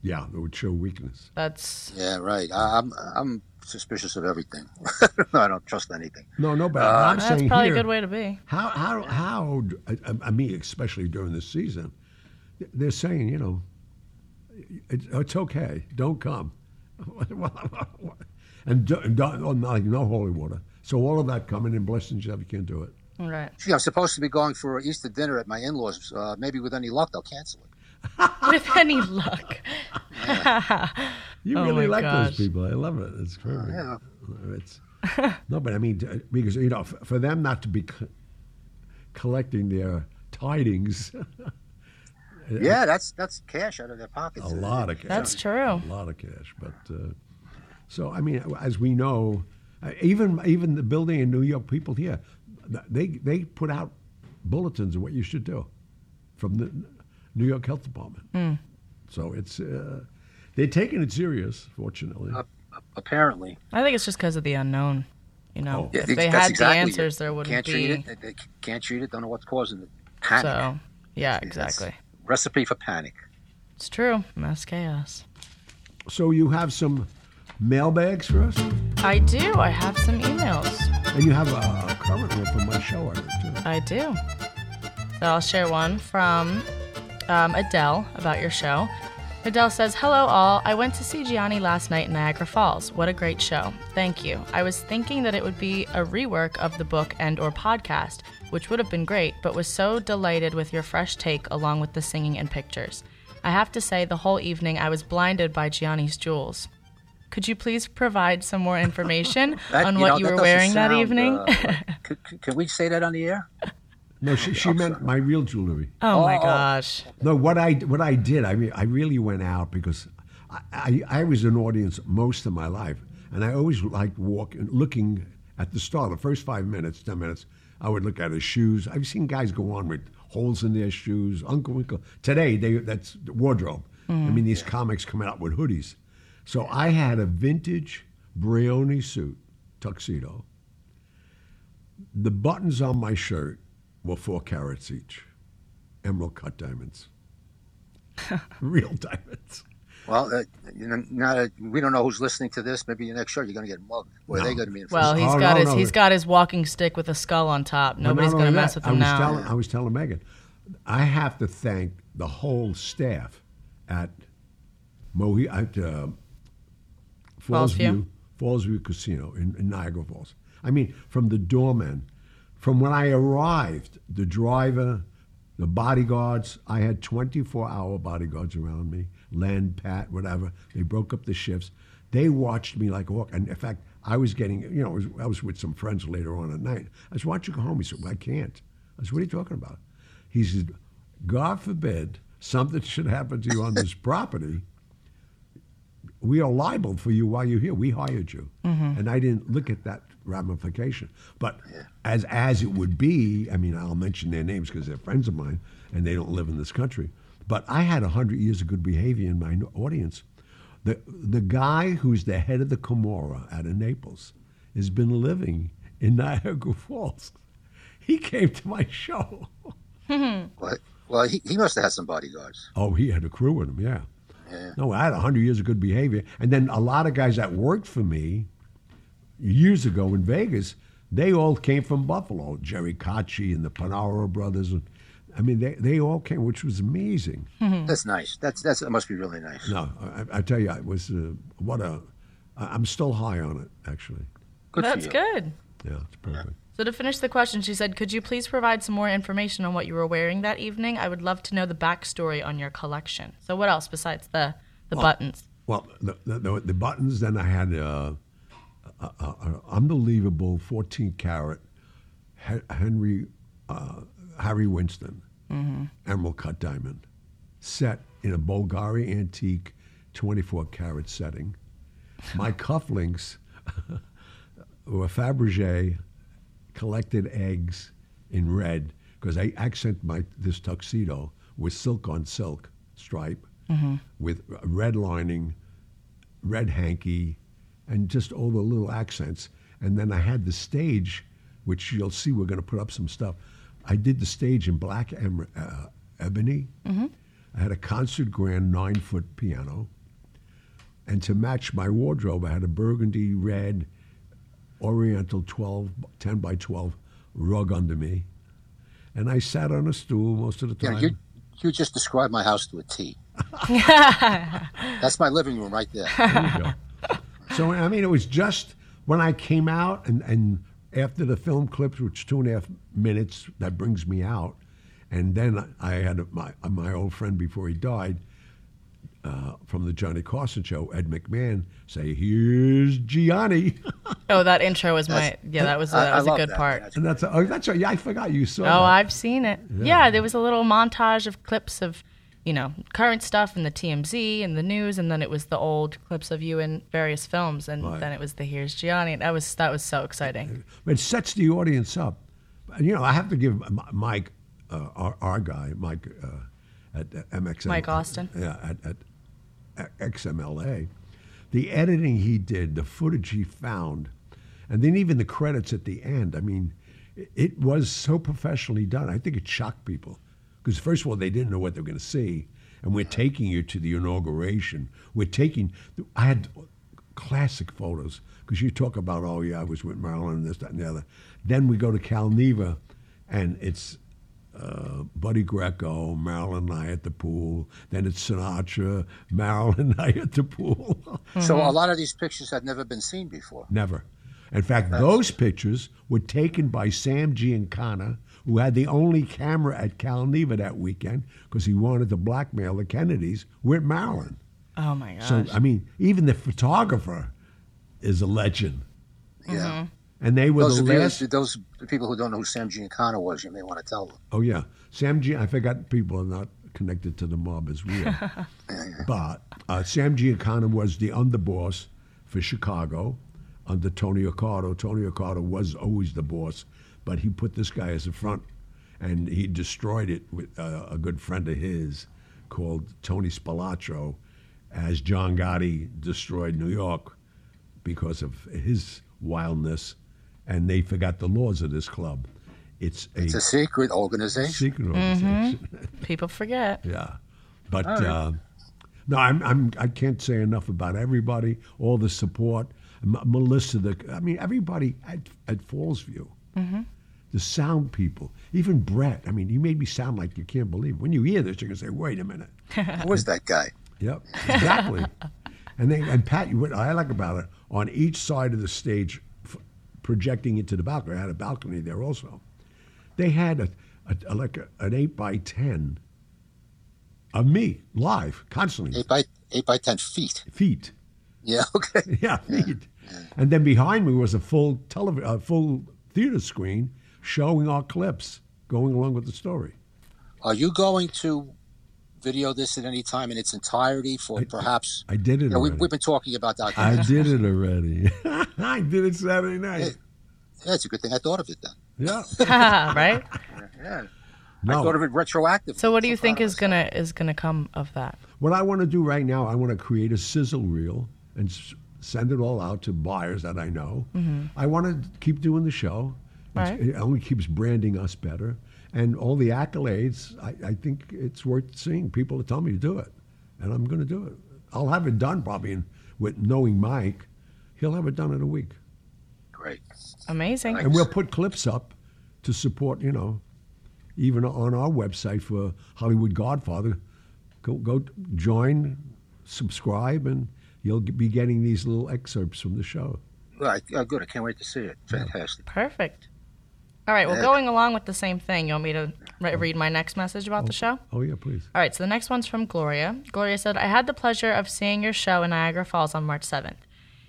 S2: Yeah, it would show weakness.
S3: That's
S4: Yeah, right. I, I'm I'm suspicious of everything. *laughs* I don't trust anything.
S2: No, no, but I'm
S3: Uh, that's
S2: saying
S3: probably
S2: here,
S3: a good way to be.
S2: how, how, how, I, I mean, especially during this season, they're saying, you know, it, it's okay. Don't come. *laughs* and don't, don't, oh, no, no holy water. So all of that coming and blessing yourself, you can't do it.
S3: Right. *laughs*
S4: Gee, I'm supposed to be going for Easter dinner at my in-laws. Uh, maybe with any luck, they'll cancel it.
S3: With
S2: *laughs*
S3: any luck. *laughs*
S2: You
S3: Oh
S2: really
S3: my
S2: like
S3: gosh.
S2: those people. I love it. It's crazy. Uh,
S3: *laughs*
S2: It's, no, but I mean, uh, because, you know, f- for them not to be c collecting their tidings, *laughs*
S4: Yeah, that's that's cash out of their pockets.
S2: a lot of cash.
S3: That's
S2: a
S3: true.
S2: lot of cash. But uh, so I mean, as we know, uh, even even the building in New York, people here, th- they they put out bulletins of what you should do from the New York Health Department. So it's uh, they're taking it serious, fortunately.
S4: Uh, apparently.
S3: I think it's just because of the unknown. You
S2: Oh.
S3: know, if they
S4: Yeah, that's
S3: had the
S4: exactly it.
S3: answers, there wouldn't
S4: can't
S3: be.
S4: treat it. Ah, They, they can't treat it. Don't know what's causing it. Panic.
S3: So, yeah,
S4: That's
S3: exactly.
S4: Recipe for panic.
S3: It's true. Mass chaos.
S2: so you have some mailbags for us,
S3: I do. I have some emails.
S2: and you have a, a current one from my show, I heard, too.
S3: I do. So I'll share one from um, Adele about your show. Adele says, Hello, all. I went to see Gianni last night in Niagara Falls. What a great show. Thank you. I was thinking that it would be a rework of the book and or podcast, which would have been great, but was so delighted with your fresh take along with the singing and pictures. I have to say, the whole evening I was blinded by Gianni's jewels. Could you please provide some more information
S4: *laughs* That-
S3: on what
S4: know,
S3: you
S4: that
S3: were
S4: doesn't
S3: wearing that
S4: sound,
S3: evening?
S4: uh,
S3: *laughs*
S4: like- c- c- can we say that on the air?
S2: No, she, she meant my real jewelry.
S3: oh my gosh.
S2: No, what I what I did, I mean, I really went out because I, I, I was an audience most of my life, and I always liked walking, looking at the star. The first five minutes, ten minutes, I would look at his shoes. I've seen guys go on with holes in their shoes. Uncle Winkle. Today, they that's the wardrobe. I mean, these comics come out with hoodies. So I had a vintage Brioni suit, tuxedo. The buttons on my shirt were four *laughs* carats each emerald cut diamonds, real diamonds.
S4: Well, uh, you know, now that we don't know who's listening to this. Maybe your next show you're going to get mugged. Where are they going to be? In for?
S3: Well,
S2: Oh,
S3: he's
S2: no,
S3: got his
S2: no.
S3: he's got his walking stick with a skull on top.
S2: But
S3: Nobody's
S2: not
S3: gonna
S2: only
S3: mess
S2: that,
S3: with him
S2: I was
S3: now.
S2: Telling, I was telling Megan, I have to thank the whole staff at Mohi at uh,
S3: Falls
S2: Falls
S3: View.
S2: View Falls View Casino in, in Niagara Falls. I mean, from the doorman, from when I arrived, the driver, the bodyguards. I had 24-hour bodyguards around me, Len, Pat, whatever. They broke up the shifts. They watched me like a hawk. And in fact, I was getting, you know, I was, I was with some friends later on at night. I was watching go home. He said, well, I can't. I said, what are you talking about? He said, God forbid something *laughs* should happen to you on this property we are liable for you while you're here. We hired you, and I didn't look at that ramification. But as as it would be, I mean, I'll mention their names because they're friends of mine, and they don't live in this country. But I had hundred years of good behavior in my n- audience. The the guy who's the head of the Camorra out of Naples has been living in Niagara *laughs* Falls. He came to my show.
S4: Well, well, he, he must have had some bodyguards.
S2: Oh, he had a crew with him, yeah.
S4: Yeah.
S2: No, I had 100 years of good behavior. And then a lot of guys that worked for me years ago in Vegas, they all came from Buffalo. Jerry Cacci and the Panaro brothers. And, I mean, they, they all came, which was amazing.
S3: Hmm.
S4: That's nice. That's that's that must be really nice.
S2: No, I, I tell you, it was uh, what a. I- I'm still high on it, actually.
S4: Good
S3: That's
S4: for you.
S3: good.
S2: Yeah, it's perfect.
S3: So to finish the question, she said, "Could you please provide some more information on what you were wearing that evening? I would love to know the backstory on your collection. So what else besides the the buttons?
S2: Well, the, the, the, the buttons, then I had uh, an unbelievable 14 carat Hen- Henry uh, Harry Winston emerald cut diamond set in a Bulgari antique 24 carat setting. My cufflinks *laughs* were Fabergé collected eggs in red because I accent my this tuxedo with silk on silk stripe with a red lining, red hanky, and just all the little accents. And then I had the stage, which you'll see we're going to put up some stuff. I did the stage in black em- uh, ebony. I had a concert grand nine foot piano. And to match my wardrobe, I had a burgundy red oriental 12, 10 by 12 rug under me. And I sat on a stool most of the
S4: You,
S2: time.
S4: know, you you just described my house to
S3: *laughs*
S4: a T. that's my living room right there.
S2: There you go. so I mean, it was just when I came out and and after the film clips, which two and a half minutes, that brings me out, and then I had my my old friend before he died. Uh, from the Johnny Carson show, Ed McMahon say, "Here's Gianni," *laughs*
S3: Oh, that intro was my yeah, that was a,
S4: I-
S3: that
S4: I
S3: was a
S4: love
S3: good
S4: that.
S3: part.
S2: and that's oh, that's right. Yeah, I forgot you saw.
S3: Oh,
S2: that.
S3: I've seen it. Yeah. there was a little montage of clips of, you know, current stuff in the TMZ and the news, and then it was the old clips of you in various films, and
S2: Right.
S3: then it was the Here's Gianni. That was that was so exciting.
S2: But it sets the audience up. And, You know, I have to give M- Mike, uh, our, our guy, Mike uh, at at MXM.
S3: Mike Austin.
S2: Yeah, at, at XMLA. The editing he did, the footage he found, and then even the credits at the end. I mean, it- it was so professionally done. I think it shocked people. Because, first of all, they didn't know what they were going to see. And we're taking you to the inauguration. We're taking, I had classic photos because you talk about, oh yeah, I was with Marilyn and this, that, and the other. Then we go to Calneva, and it's uh, Buddy Greco, Marilyn and I at the pool. Then it's Sinatra, *laughs* Marilyn and I at the pool. *laughs*
S3: Mm-hmm.
S4: So a lot of these pictures had never been seen before.
S2: Never. In fact, those pictures were taken by Sam Giancana, who had the only camera at Calneva that weekend because he wanted to blackmail the Kennedys with Marilyn.
S3: Oh my gosh.
S2: So, uh, I mean, even the photographer is a legend.
S3: Mm-hmm.
S4: Yeah.
S2: And they were
S4: Those
S2: the
S4: are
S2: last.
S4: the, those people who don't know who Sam Giancana was, you may want to tell them.
S2: Oh yeah, Sam G. I forgot people are not connected to the mob as we are. but uh, Sam Giancana was the underboss for Chicago under Tony Accardo. Tony Accardo was always the boss, but he put this guy as a front, and he destroyed it with uh, a good friend of his called Tony Spilatro, as John Gotti destroyed New York because of his wildness, and they forgot the laws of this club. It's a
S4: It's a
S2: *laughs*
S4: secret organization.
S2: secret organization.
S3: People forget.
S2: Yeah, but uh, No, I'm, I'm, I can't say enough about everybody, all the support. M- Melissa, the, I mean, everybody at, at Falls View, the sound people, even Brett. I mean, you made me sound like you can't believe. When you hear this, you're going to say, wait a minute.
S4: Who is that guy?
S2: Yep, exactly. *laughs* and they and Pat, what I like about it, on each side of the stage, f- projecting into the balcony, I had a balcony there also. They had a, a, a- like a, an eight by ten of me live constantly
S4: Eight by eight by ten feet.
S2: feet, *laughs*
S4: Yeah. *laughs* Okay.
S2: yeah feet, and then behind me was a full telev- a full theater screen showing our clips going along with the story.
S4: Are you going to video this at any time in its entirety for perhaps?
S2: I did it.
S4: you know, we,
S2: already.
S4: we've been talking about that.
S2: I did it already. *laughs* I did it Saturday night.
S4: Yeah, it's a good thing I thought of it then.
S2: Yeah.
S3: *laughs* right?
S4: Yeah.
S2: No.
S4: I thought of it retroactively. uh,
S3: So what do you think is gonna is gonna come of that?
S2: What I want to do right now, I want to create a sizzle reel and s- send it all out to buyers that I know. I want to keep doing the show. It's-
S3: Right.
S2: It only keeps branding us better. And all the accolades, I, I think it's worth seeing. People are telling me to do it, and I'm going to do it. I'll have it done probably in, with knowing Mike. He'll have it done in a week.
S4: Great.
S3: Amazing.
S2: And we'll put clips up to support, you know, even on our website for Hollywood Godfather. Go, go join, subscribe, and you'll be getting these little excerpts from the show.
S4: Right. Oh, good. I can't wait to see it. Fantastic.
S3: Perfect. All right. Well,
S4: Yeah.
S3: going along with the same thing, you want me to re- read my next message about the show?
S2: Oh, yeah, please.
S3: All right, so the next one's from Gloria. Gloria said, I had the pleasure of seeing your show in Niagara Falls on March 7th.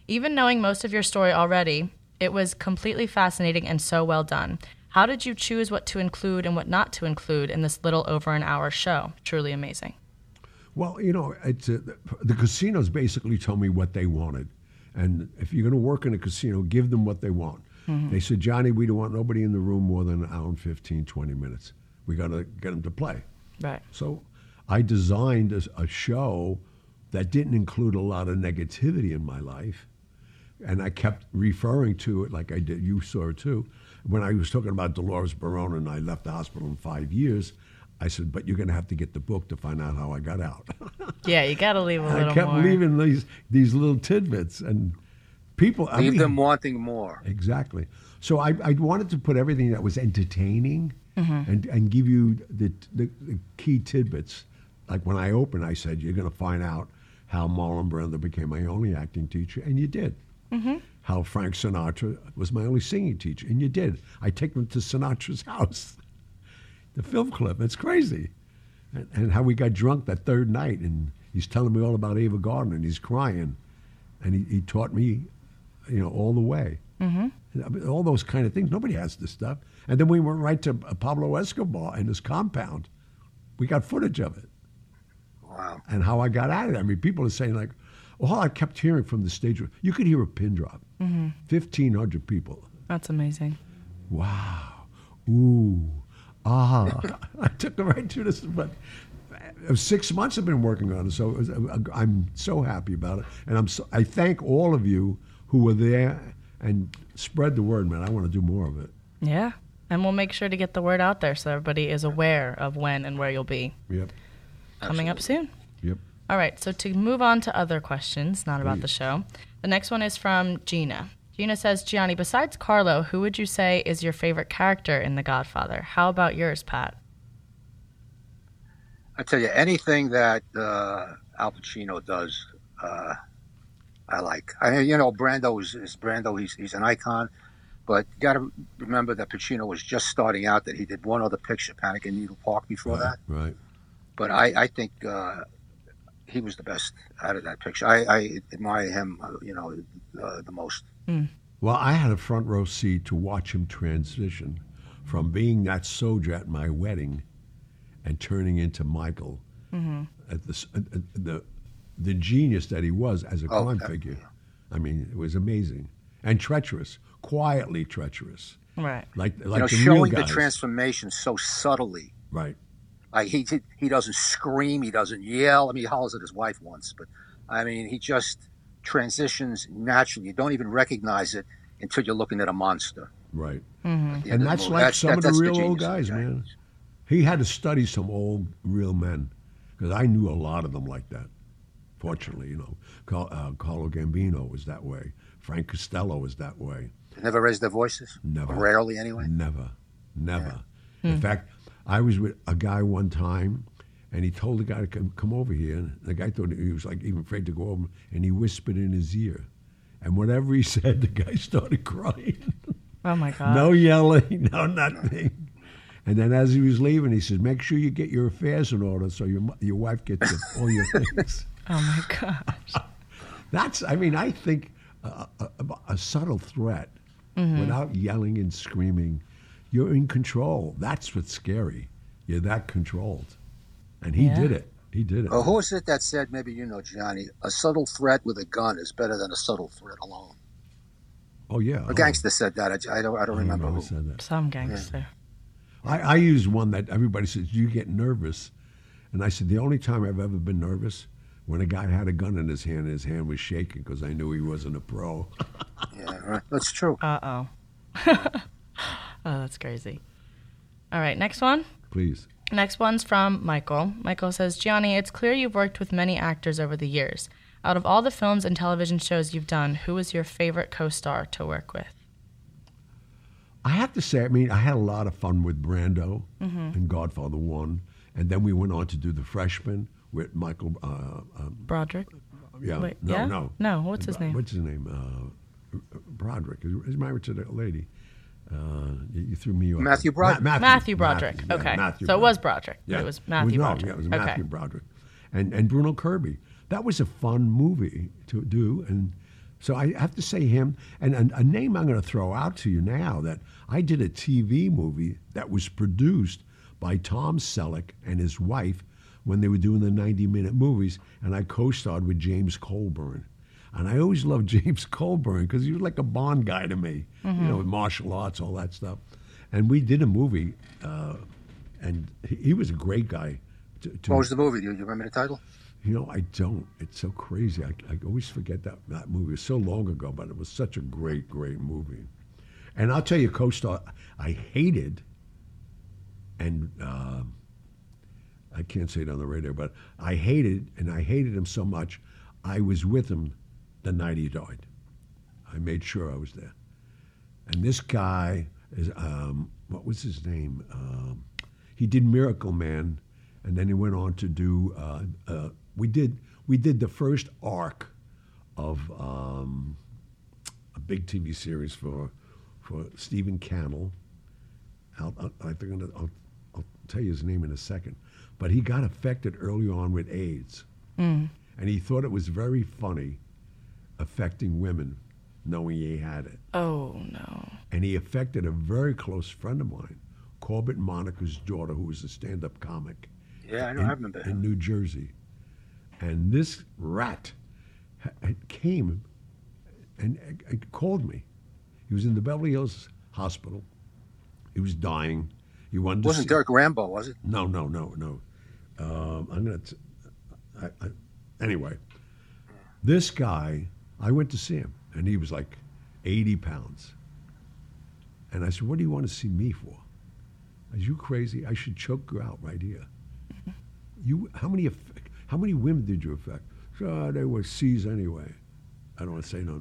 S3: Even knowing most of your story already, it was completely fascinating and so well done. How did you choose what to include and what not to include in this little over an hour show? Truly amazing.
S2: Well, you know, it's uh the casinos basically told me what they wanted, and if you're going to work in a casino, give them what they want. They said, Johnny, we don't want nobody in the room more than an hour and 15, 20 minutes. We got to get them to play.
S3: Right.
S2: So I designed a, a show that didn't include a lot of negativity in my life. And I kept referring to it like I did, you saw it too. When I was talking about Dolores Barone and I left the hospital in five years, I said, but you're going to have to get the book to find out how I got out. *laughs*
S3: Yeah, you got to leave a little
S2: I kept
S3: more.
S2: leaving these, these little tidbits and people. I
S4: Leave
S2: mean-
S4: them wanting more.
S2: Exactly. So I, I wanted to put everything that was entertaining and, and give you the, the, the key tidbits. Like when I opened, I said, You're going to find out how Marlon Brando became my only acting teacher, and you did. How Frank Sinatra was my only singing teacher, and you did. I take them to Sinatra's *laughs* house, the film clip. It's crazy. And, and how we got drunk that third night, and he's telling me all about Ava Gardner, and he's crying. And he, he taught me, you know, all the way. I mean, all those kind of things. Nobody has this stuff. And then we went right to Pablo Escobar and his compound. We got footage of it
S4: Wow.
S2: and how I got out of it. I mean, people are saying like, all I kept hearing from the stage, was- you could hear a pin drop. Fifteen hundred people.
S3: That's amazing.
S2: Wow. Ooh. Ah. *laughs* I took it right to this, but. uh, Six months I've been working on it, so it was- uh, I'm so happy about it, and I'm so, I thank all of you who were there and spread the word, man. I want to do more of it.
S3: Yeah. And we'll make sure to get the word out there so everybody is aware of when and where you'll be
S2: Yep,
S3: coming up soon.
S2: yep.
S3: All right, so to move on to other questions, not about the show, the next one is from Gina. Gina says, Gianni, besides Carlo, who would you say is your favorite character in The Godfather? How about yours, Pat?
S4: I tell you, anything that uh, Al Pacino does, uh, I like. I mean, you know, Brando is, is Brando. He's he's an icon, but you got to remember that Pacino was just starting out. That he did one other picture, Panic in Needle Park, before that.
S2: Right.
S4: But I I think uh, he was the best out of that picture. I, I admire him, uh, you know, uh, the most.
S2: Well, I had a front row seat to watch him transition from being that soldier at my wedding and turning into Michael, at the, s- at- at the the genius that he was as a
S4: Oh,
S2: crime
S4: that-
S2: figure. I mean, it was amazing and treacherous, quietly treacherous,
S3: Right.
S2: like like
S4: you know,
S2: the
S4: showing
S2: real
S4: the
S2: guys.
S4: transformation so subtly.
S2: right.
S4: Like he, he he doesn't scream, he doesn't yell. I mean, he hollers at his wife once, but I mean, he just transitions naturally. You don't even recognize it until you're looking at a monster.
S2: Right.
S3: Mm-hmm.
S4: at the
S2: And
S4: end of
S2: that's
S4: movie.
S2: like some of the
S4: that's
S2: real old
S4: genius of the
S2: guys,
S4: guy.
S2: man. He had to study some old real men because I knew a lot of them like that. Fortunately, you know, Carl, uh, Carlo Gambino was that way. Frank Costello was that way.
S4: They never raised their voices.
S2: Never.
S4: Rarely, anyway.
S2: Never, never. In fact, I was with a guy one time, and he told the guy to come, come over here. And the guy thought he was like even afraid to go over, and he whispered in his ear. And whatever he *laughs* said, the guy started crying.
S3: Oh my God.
S2: No yelling, *laughs* no nothing. And then as he was leaving, he says, "Make sure you get your affairs in order so your mo- your wife gets your- all your things."
S3: Oh my *laughs* God.
S2: That's, I mean, I think a, a, a- a subtle threat without yelling and screaming, you're in control. That's what's scary. You're that controlled, and he
S3: Yeah.
S2: did it. He did it.
S4: Well, who is it that said, maybe you know, Johnny, a subtle threat with a gun is better than a subtle threat alone?
S2: oh yeah.
S4: A gangster said that. I, I don't, I don't
S2: I don't
S4: remember
S2: know who
S4: who.
S2: said that.
S3: Some gangster.
S2: I, I use one that everybody says, Do you get nervous? And I said, The only time I've ever been nervous when a guy had a gun in his hand and his hand was shaking because I knew he wasn't a pro.
S4: Yeah, right. That's true.
S3: Uh oh. *laughs* oh, that's crazy. All right, next one.
S2: Please.
S3: Next one's from Michael. Michael says, Gianni, it's clear you've worked with many actors over the years. Out of all the films and television shows you've done, who was your favorite co star to work with?
S2: I have to say, I mean, I had a lot of fun with Brando
S3: Mm-hmm.
S2: and Godfather 1. And then we went on to do The Freshman with Michael. Uh, um,
S3: Broderick?
S2: yeah,
S3: Wait,
S2: no,
S3: yeah?
S2: no.
S3: No, what's his name?
S2: What's his name? Uh, Broderick. He's he's married to that lady. Uh, you, you threw me off.
S4: Matthew Brod-
S2: Ma-
S3: Matthew Broderick.
S2: yeah,
S3: okay.
S2: Matthew
S3: so it was
S2: Broderick.
S3: Broderick. but It was
S2: Well,
S3: Matthew
S2: no,
S3: Broderick.
S2: Yeah, it was
S3: okay.
S2: Matthew Broderick. And, and Bruno Kirby. That was a fun movie to do. And so I have to say him. And, and a name I'm going to throw out to you now that I did a TV movie that was produced by Tom Selleck and his wife when they were doing the 90 minute movies. And I co starred with James Colburn. And I always loved *laughs* James Colburn because he was like a Bond guy to me,
S3: Mm-hmm.
S2: you know, with martial arts, all that stuff. And we did a movie. Uh, and he, he was a great guy. To, to,
S4: What was the movie? Do you, you remember the title?
S2: you know, I don't. It's so crazy. I, I always forget that that movie. It's so long ago, but it was such a great, great movie. And I'll tell you, co-star I hated, and uh, I can't say it on the radio, but I hated, and I hated him so much. I was with him the night he died. I made sure I was there. And this guy is um, what was his name? Um, he did Miracle Man, and then he went on to do. Uh, uh, we did we did the first arc of um, a big TV series for for Stephen Cannell. I'll, I'll, I think I'll, I'll, I'll tell you his name in a second, but he got affected early on with AIDS, and he thought it was very funny affecting women, knowing he had it
S3: Oh, no.
S2: and he affected a very close friend of mine, Corbett Monica's daughter, who was a stand-up comic
S4: Yeah, I know.
S2: in,
S4: I remember.
S2: in New Jersey. And this rat ha- had- came and uh, uh, called me. He was in the Beverly Hills Hospital. He was dying. He wanted
S4: It wasn't
S2: to see-
S4: Dirk Rambo, was it?
S2: No, no, no, no. Um, I'm gonna. T- I, I, anyway, this guy, I went to see him, and he was like 80 pounds. And I said, "What do you want to see me for? Are you crazy? I should choke you out right here. *laughs* You, how many, affect, how many women did you affect? So they were C's anyway. I don't want to say no.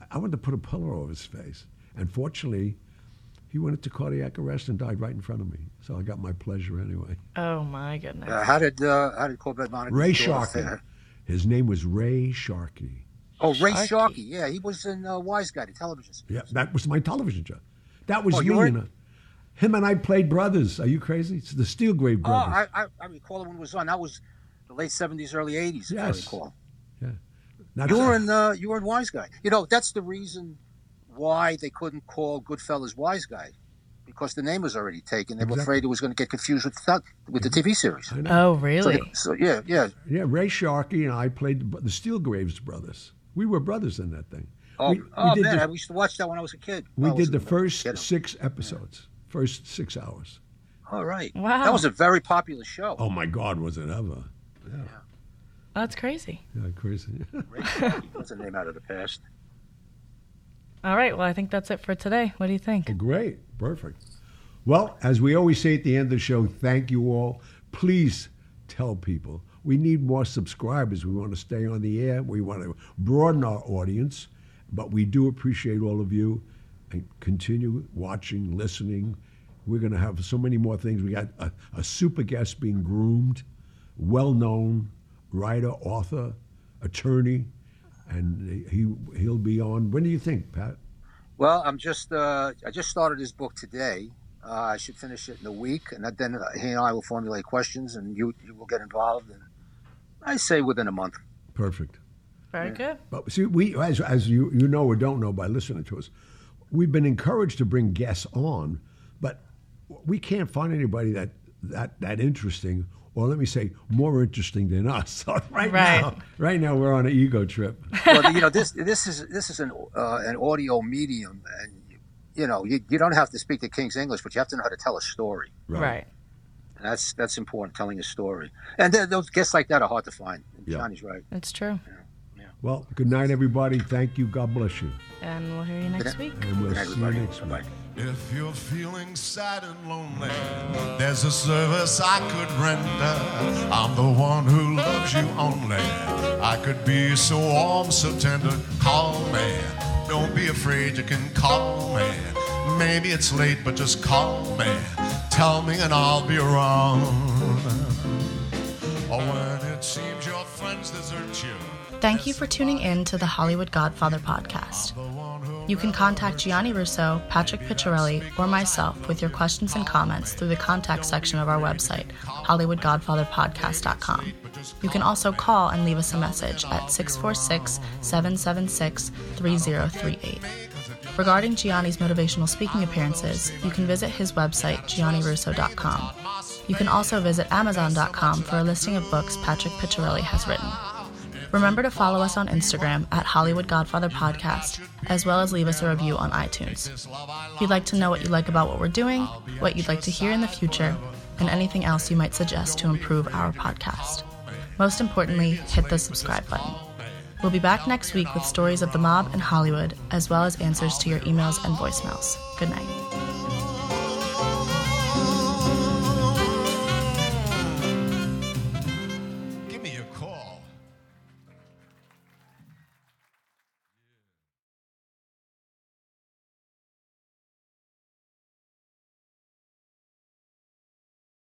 S2: I- I wanted to put a pillow over his face, and fortunately, he went into cardiac arrest and died right in front of me. So I got my pleasure anyway.
S3: Oh, my goodness.
S4: Uh, how did uh, how did Corbett Monica?
S2: Ray
S4: do it
S2: Sharkey.
S4: there?
S2: His name was Ray Sharkey.
S4: Oh, Ray
S3: Sharkey.
S4: Sharkey. Yeah, he was in uh, Wise Guy, the television. series.
S2: Yeah, that was my television show. That was
S4: Oh,
S2: me.
S4: you were-
S2: and, uh, him and I played brothers. Are you crazy? It's the Steelgrave
S4: Oh,
S2: brothers.
S4: I, I, I recall when it was on. That was the late seventies, early eighties. If
S2: Yes.
S4: I recall.
S2: Not-
S4: You were in uh, you were in Wise Guy. You know that's the reason why they couldn't call Goodfellas Wise Guy because the name was already taken. They
S2: Exactly.
S4: were
S2: Mm-hmm.
S4: afraid it was going to get confused with th- with the TV series.
S2: I know.
S3: oh,
S4: So,
S3: really?
S4: so yeah, yeah.
S2: Yeah, Ray Sharkey and I played the, bro- the Steelgraves brothers. We were brothers in that thing.
S4: Oh,
S2: we, we
S4: oh
S2: did
S4: man,
S2: the,
S4: I used to watch that when I was a kid.
S2: we
S4: I was
S2: did the
S4: a
S2: first
S4: kid.
S2: six episodes, first six hours.
S4: All right.
S3: Wow.
S4: That was a very popular show.
S2: Oh my God, was it ever?
S3: That's crazy.
S2: Yeah, crazy.
S4: Ray
S2: Oh.
S4: Sharkey was a name out of the past.
S3: All right, well, I think that's it for today. What do you think?
S2: Well, great. Perfect. Well, as we always say at the end of the show, thank you all. Please tell people We need more subscribers. We want to stay on the air. We want to broaden our audience, but we do appreciate all of you and continue watching, listening. We're going to have so many more things. We got a, a super guest being groomed, well known writer, author, attorney, and he, he'll be on. When do you think, Pat?
S4: Well, I'm just uh, I just started his book today. Uh, I should finish it in a week, and then he and I will formulate questions, and you you will get involved. And I say within a month.
S2: Perfect.
S3: Very good.
S2: But see, we as as you you know or don't know by listening to us, we've been encouraged to bring guests on, but we can't find anybody that that that interesting. Or let me say, more interesting than us. *laughs* right,
S3: Right.
S2: now, right now we're on an ego trip.
S4: well, you know this this is this is an uh, an audio medium, and you know you, you don't have to speak the King's English, but you have to know how to tell a story,
S3: Right.
S4: and that's that's important. Telling a story, and then those guests like that are hard to find.
S2: Yeah.
S4: Johnny's right.
S3: That's true.
S2: Well, good night, everybody. Thank you. God bless you.
S3: And we'll hear you next week.
S2: And we'll
S4: Good night,
S2: see
S4: everybody.
S2: you next week.
S4: Bye-bye.
S5: If you're feeling sad and lonely, there's a service I could render. I'm the one who loves you only. I could be so warm, so tender. Call me. Don't be afraid, you can call me. Maybe it's late, but just call me. Tell me, and I'll be around. Or when it seems your friends desert you.
S3: Thank you for tuning in to the Hollywood Godfather podcast.
S5: The one who
S3: You can contact Gianni Russo, Patrick Picciarelli, or myself with your questions and comments through the contact section of our website, HollywoodGodfatherPodcast.com. You can also call and leave us a message at 646 776 3038. Regarding Gianni's motivational speaking appearances, you can visit his website, GianniRusso.com. You can also visit Amazon.com for a listing of books Patrick Picciarelli has written. Remember to follow us on Instagram at Hollywood Godfather Podcast, as well as leave us a review on iTunes. If you'd like to know what you like about what we're doing, what you'd like to hear in the future, and anything else you might suggest to improve our podcast. Most importantly, hit the subscribe button. We'll be back next week with stories of the mob and Hollywood, as well as answers to your emails and voicemails. Good night.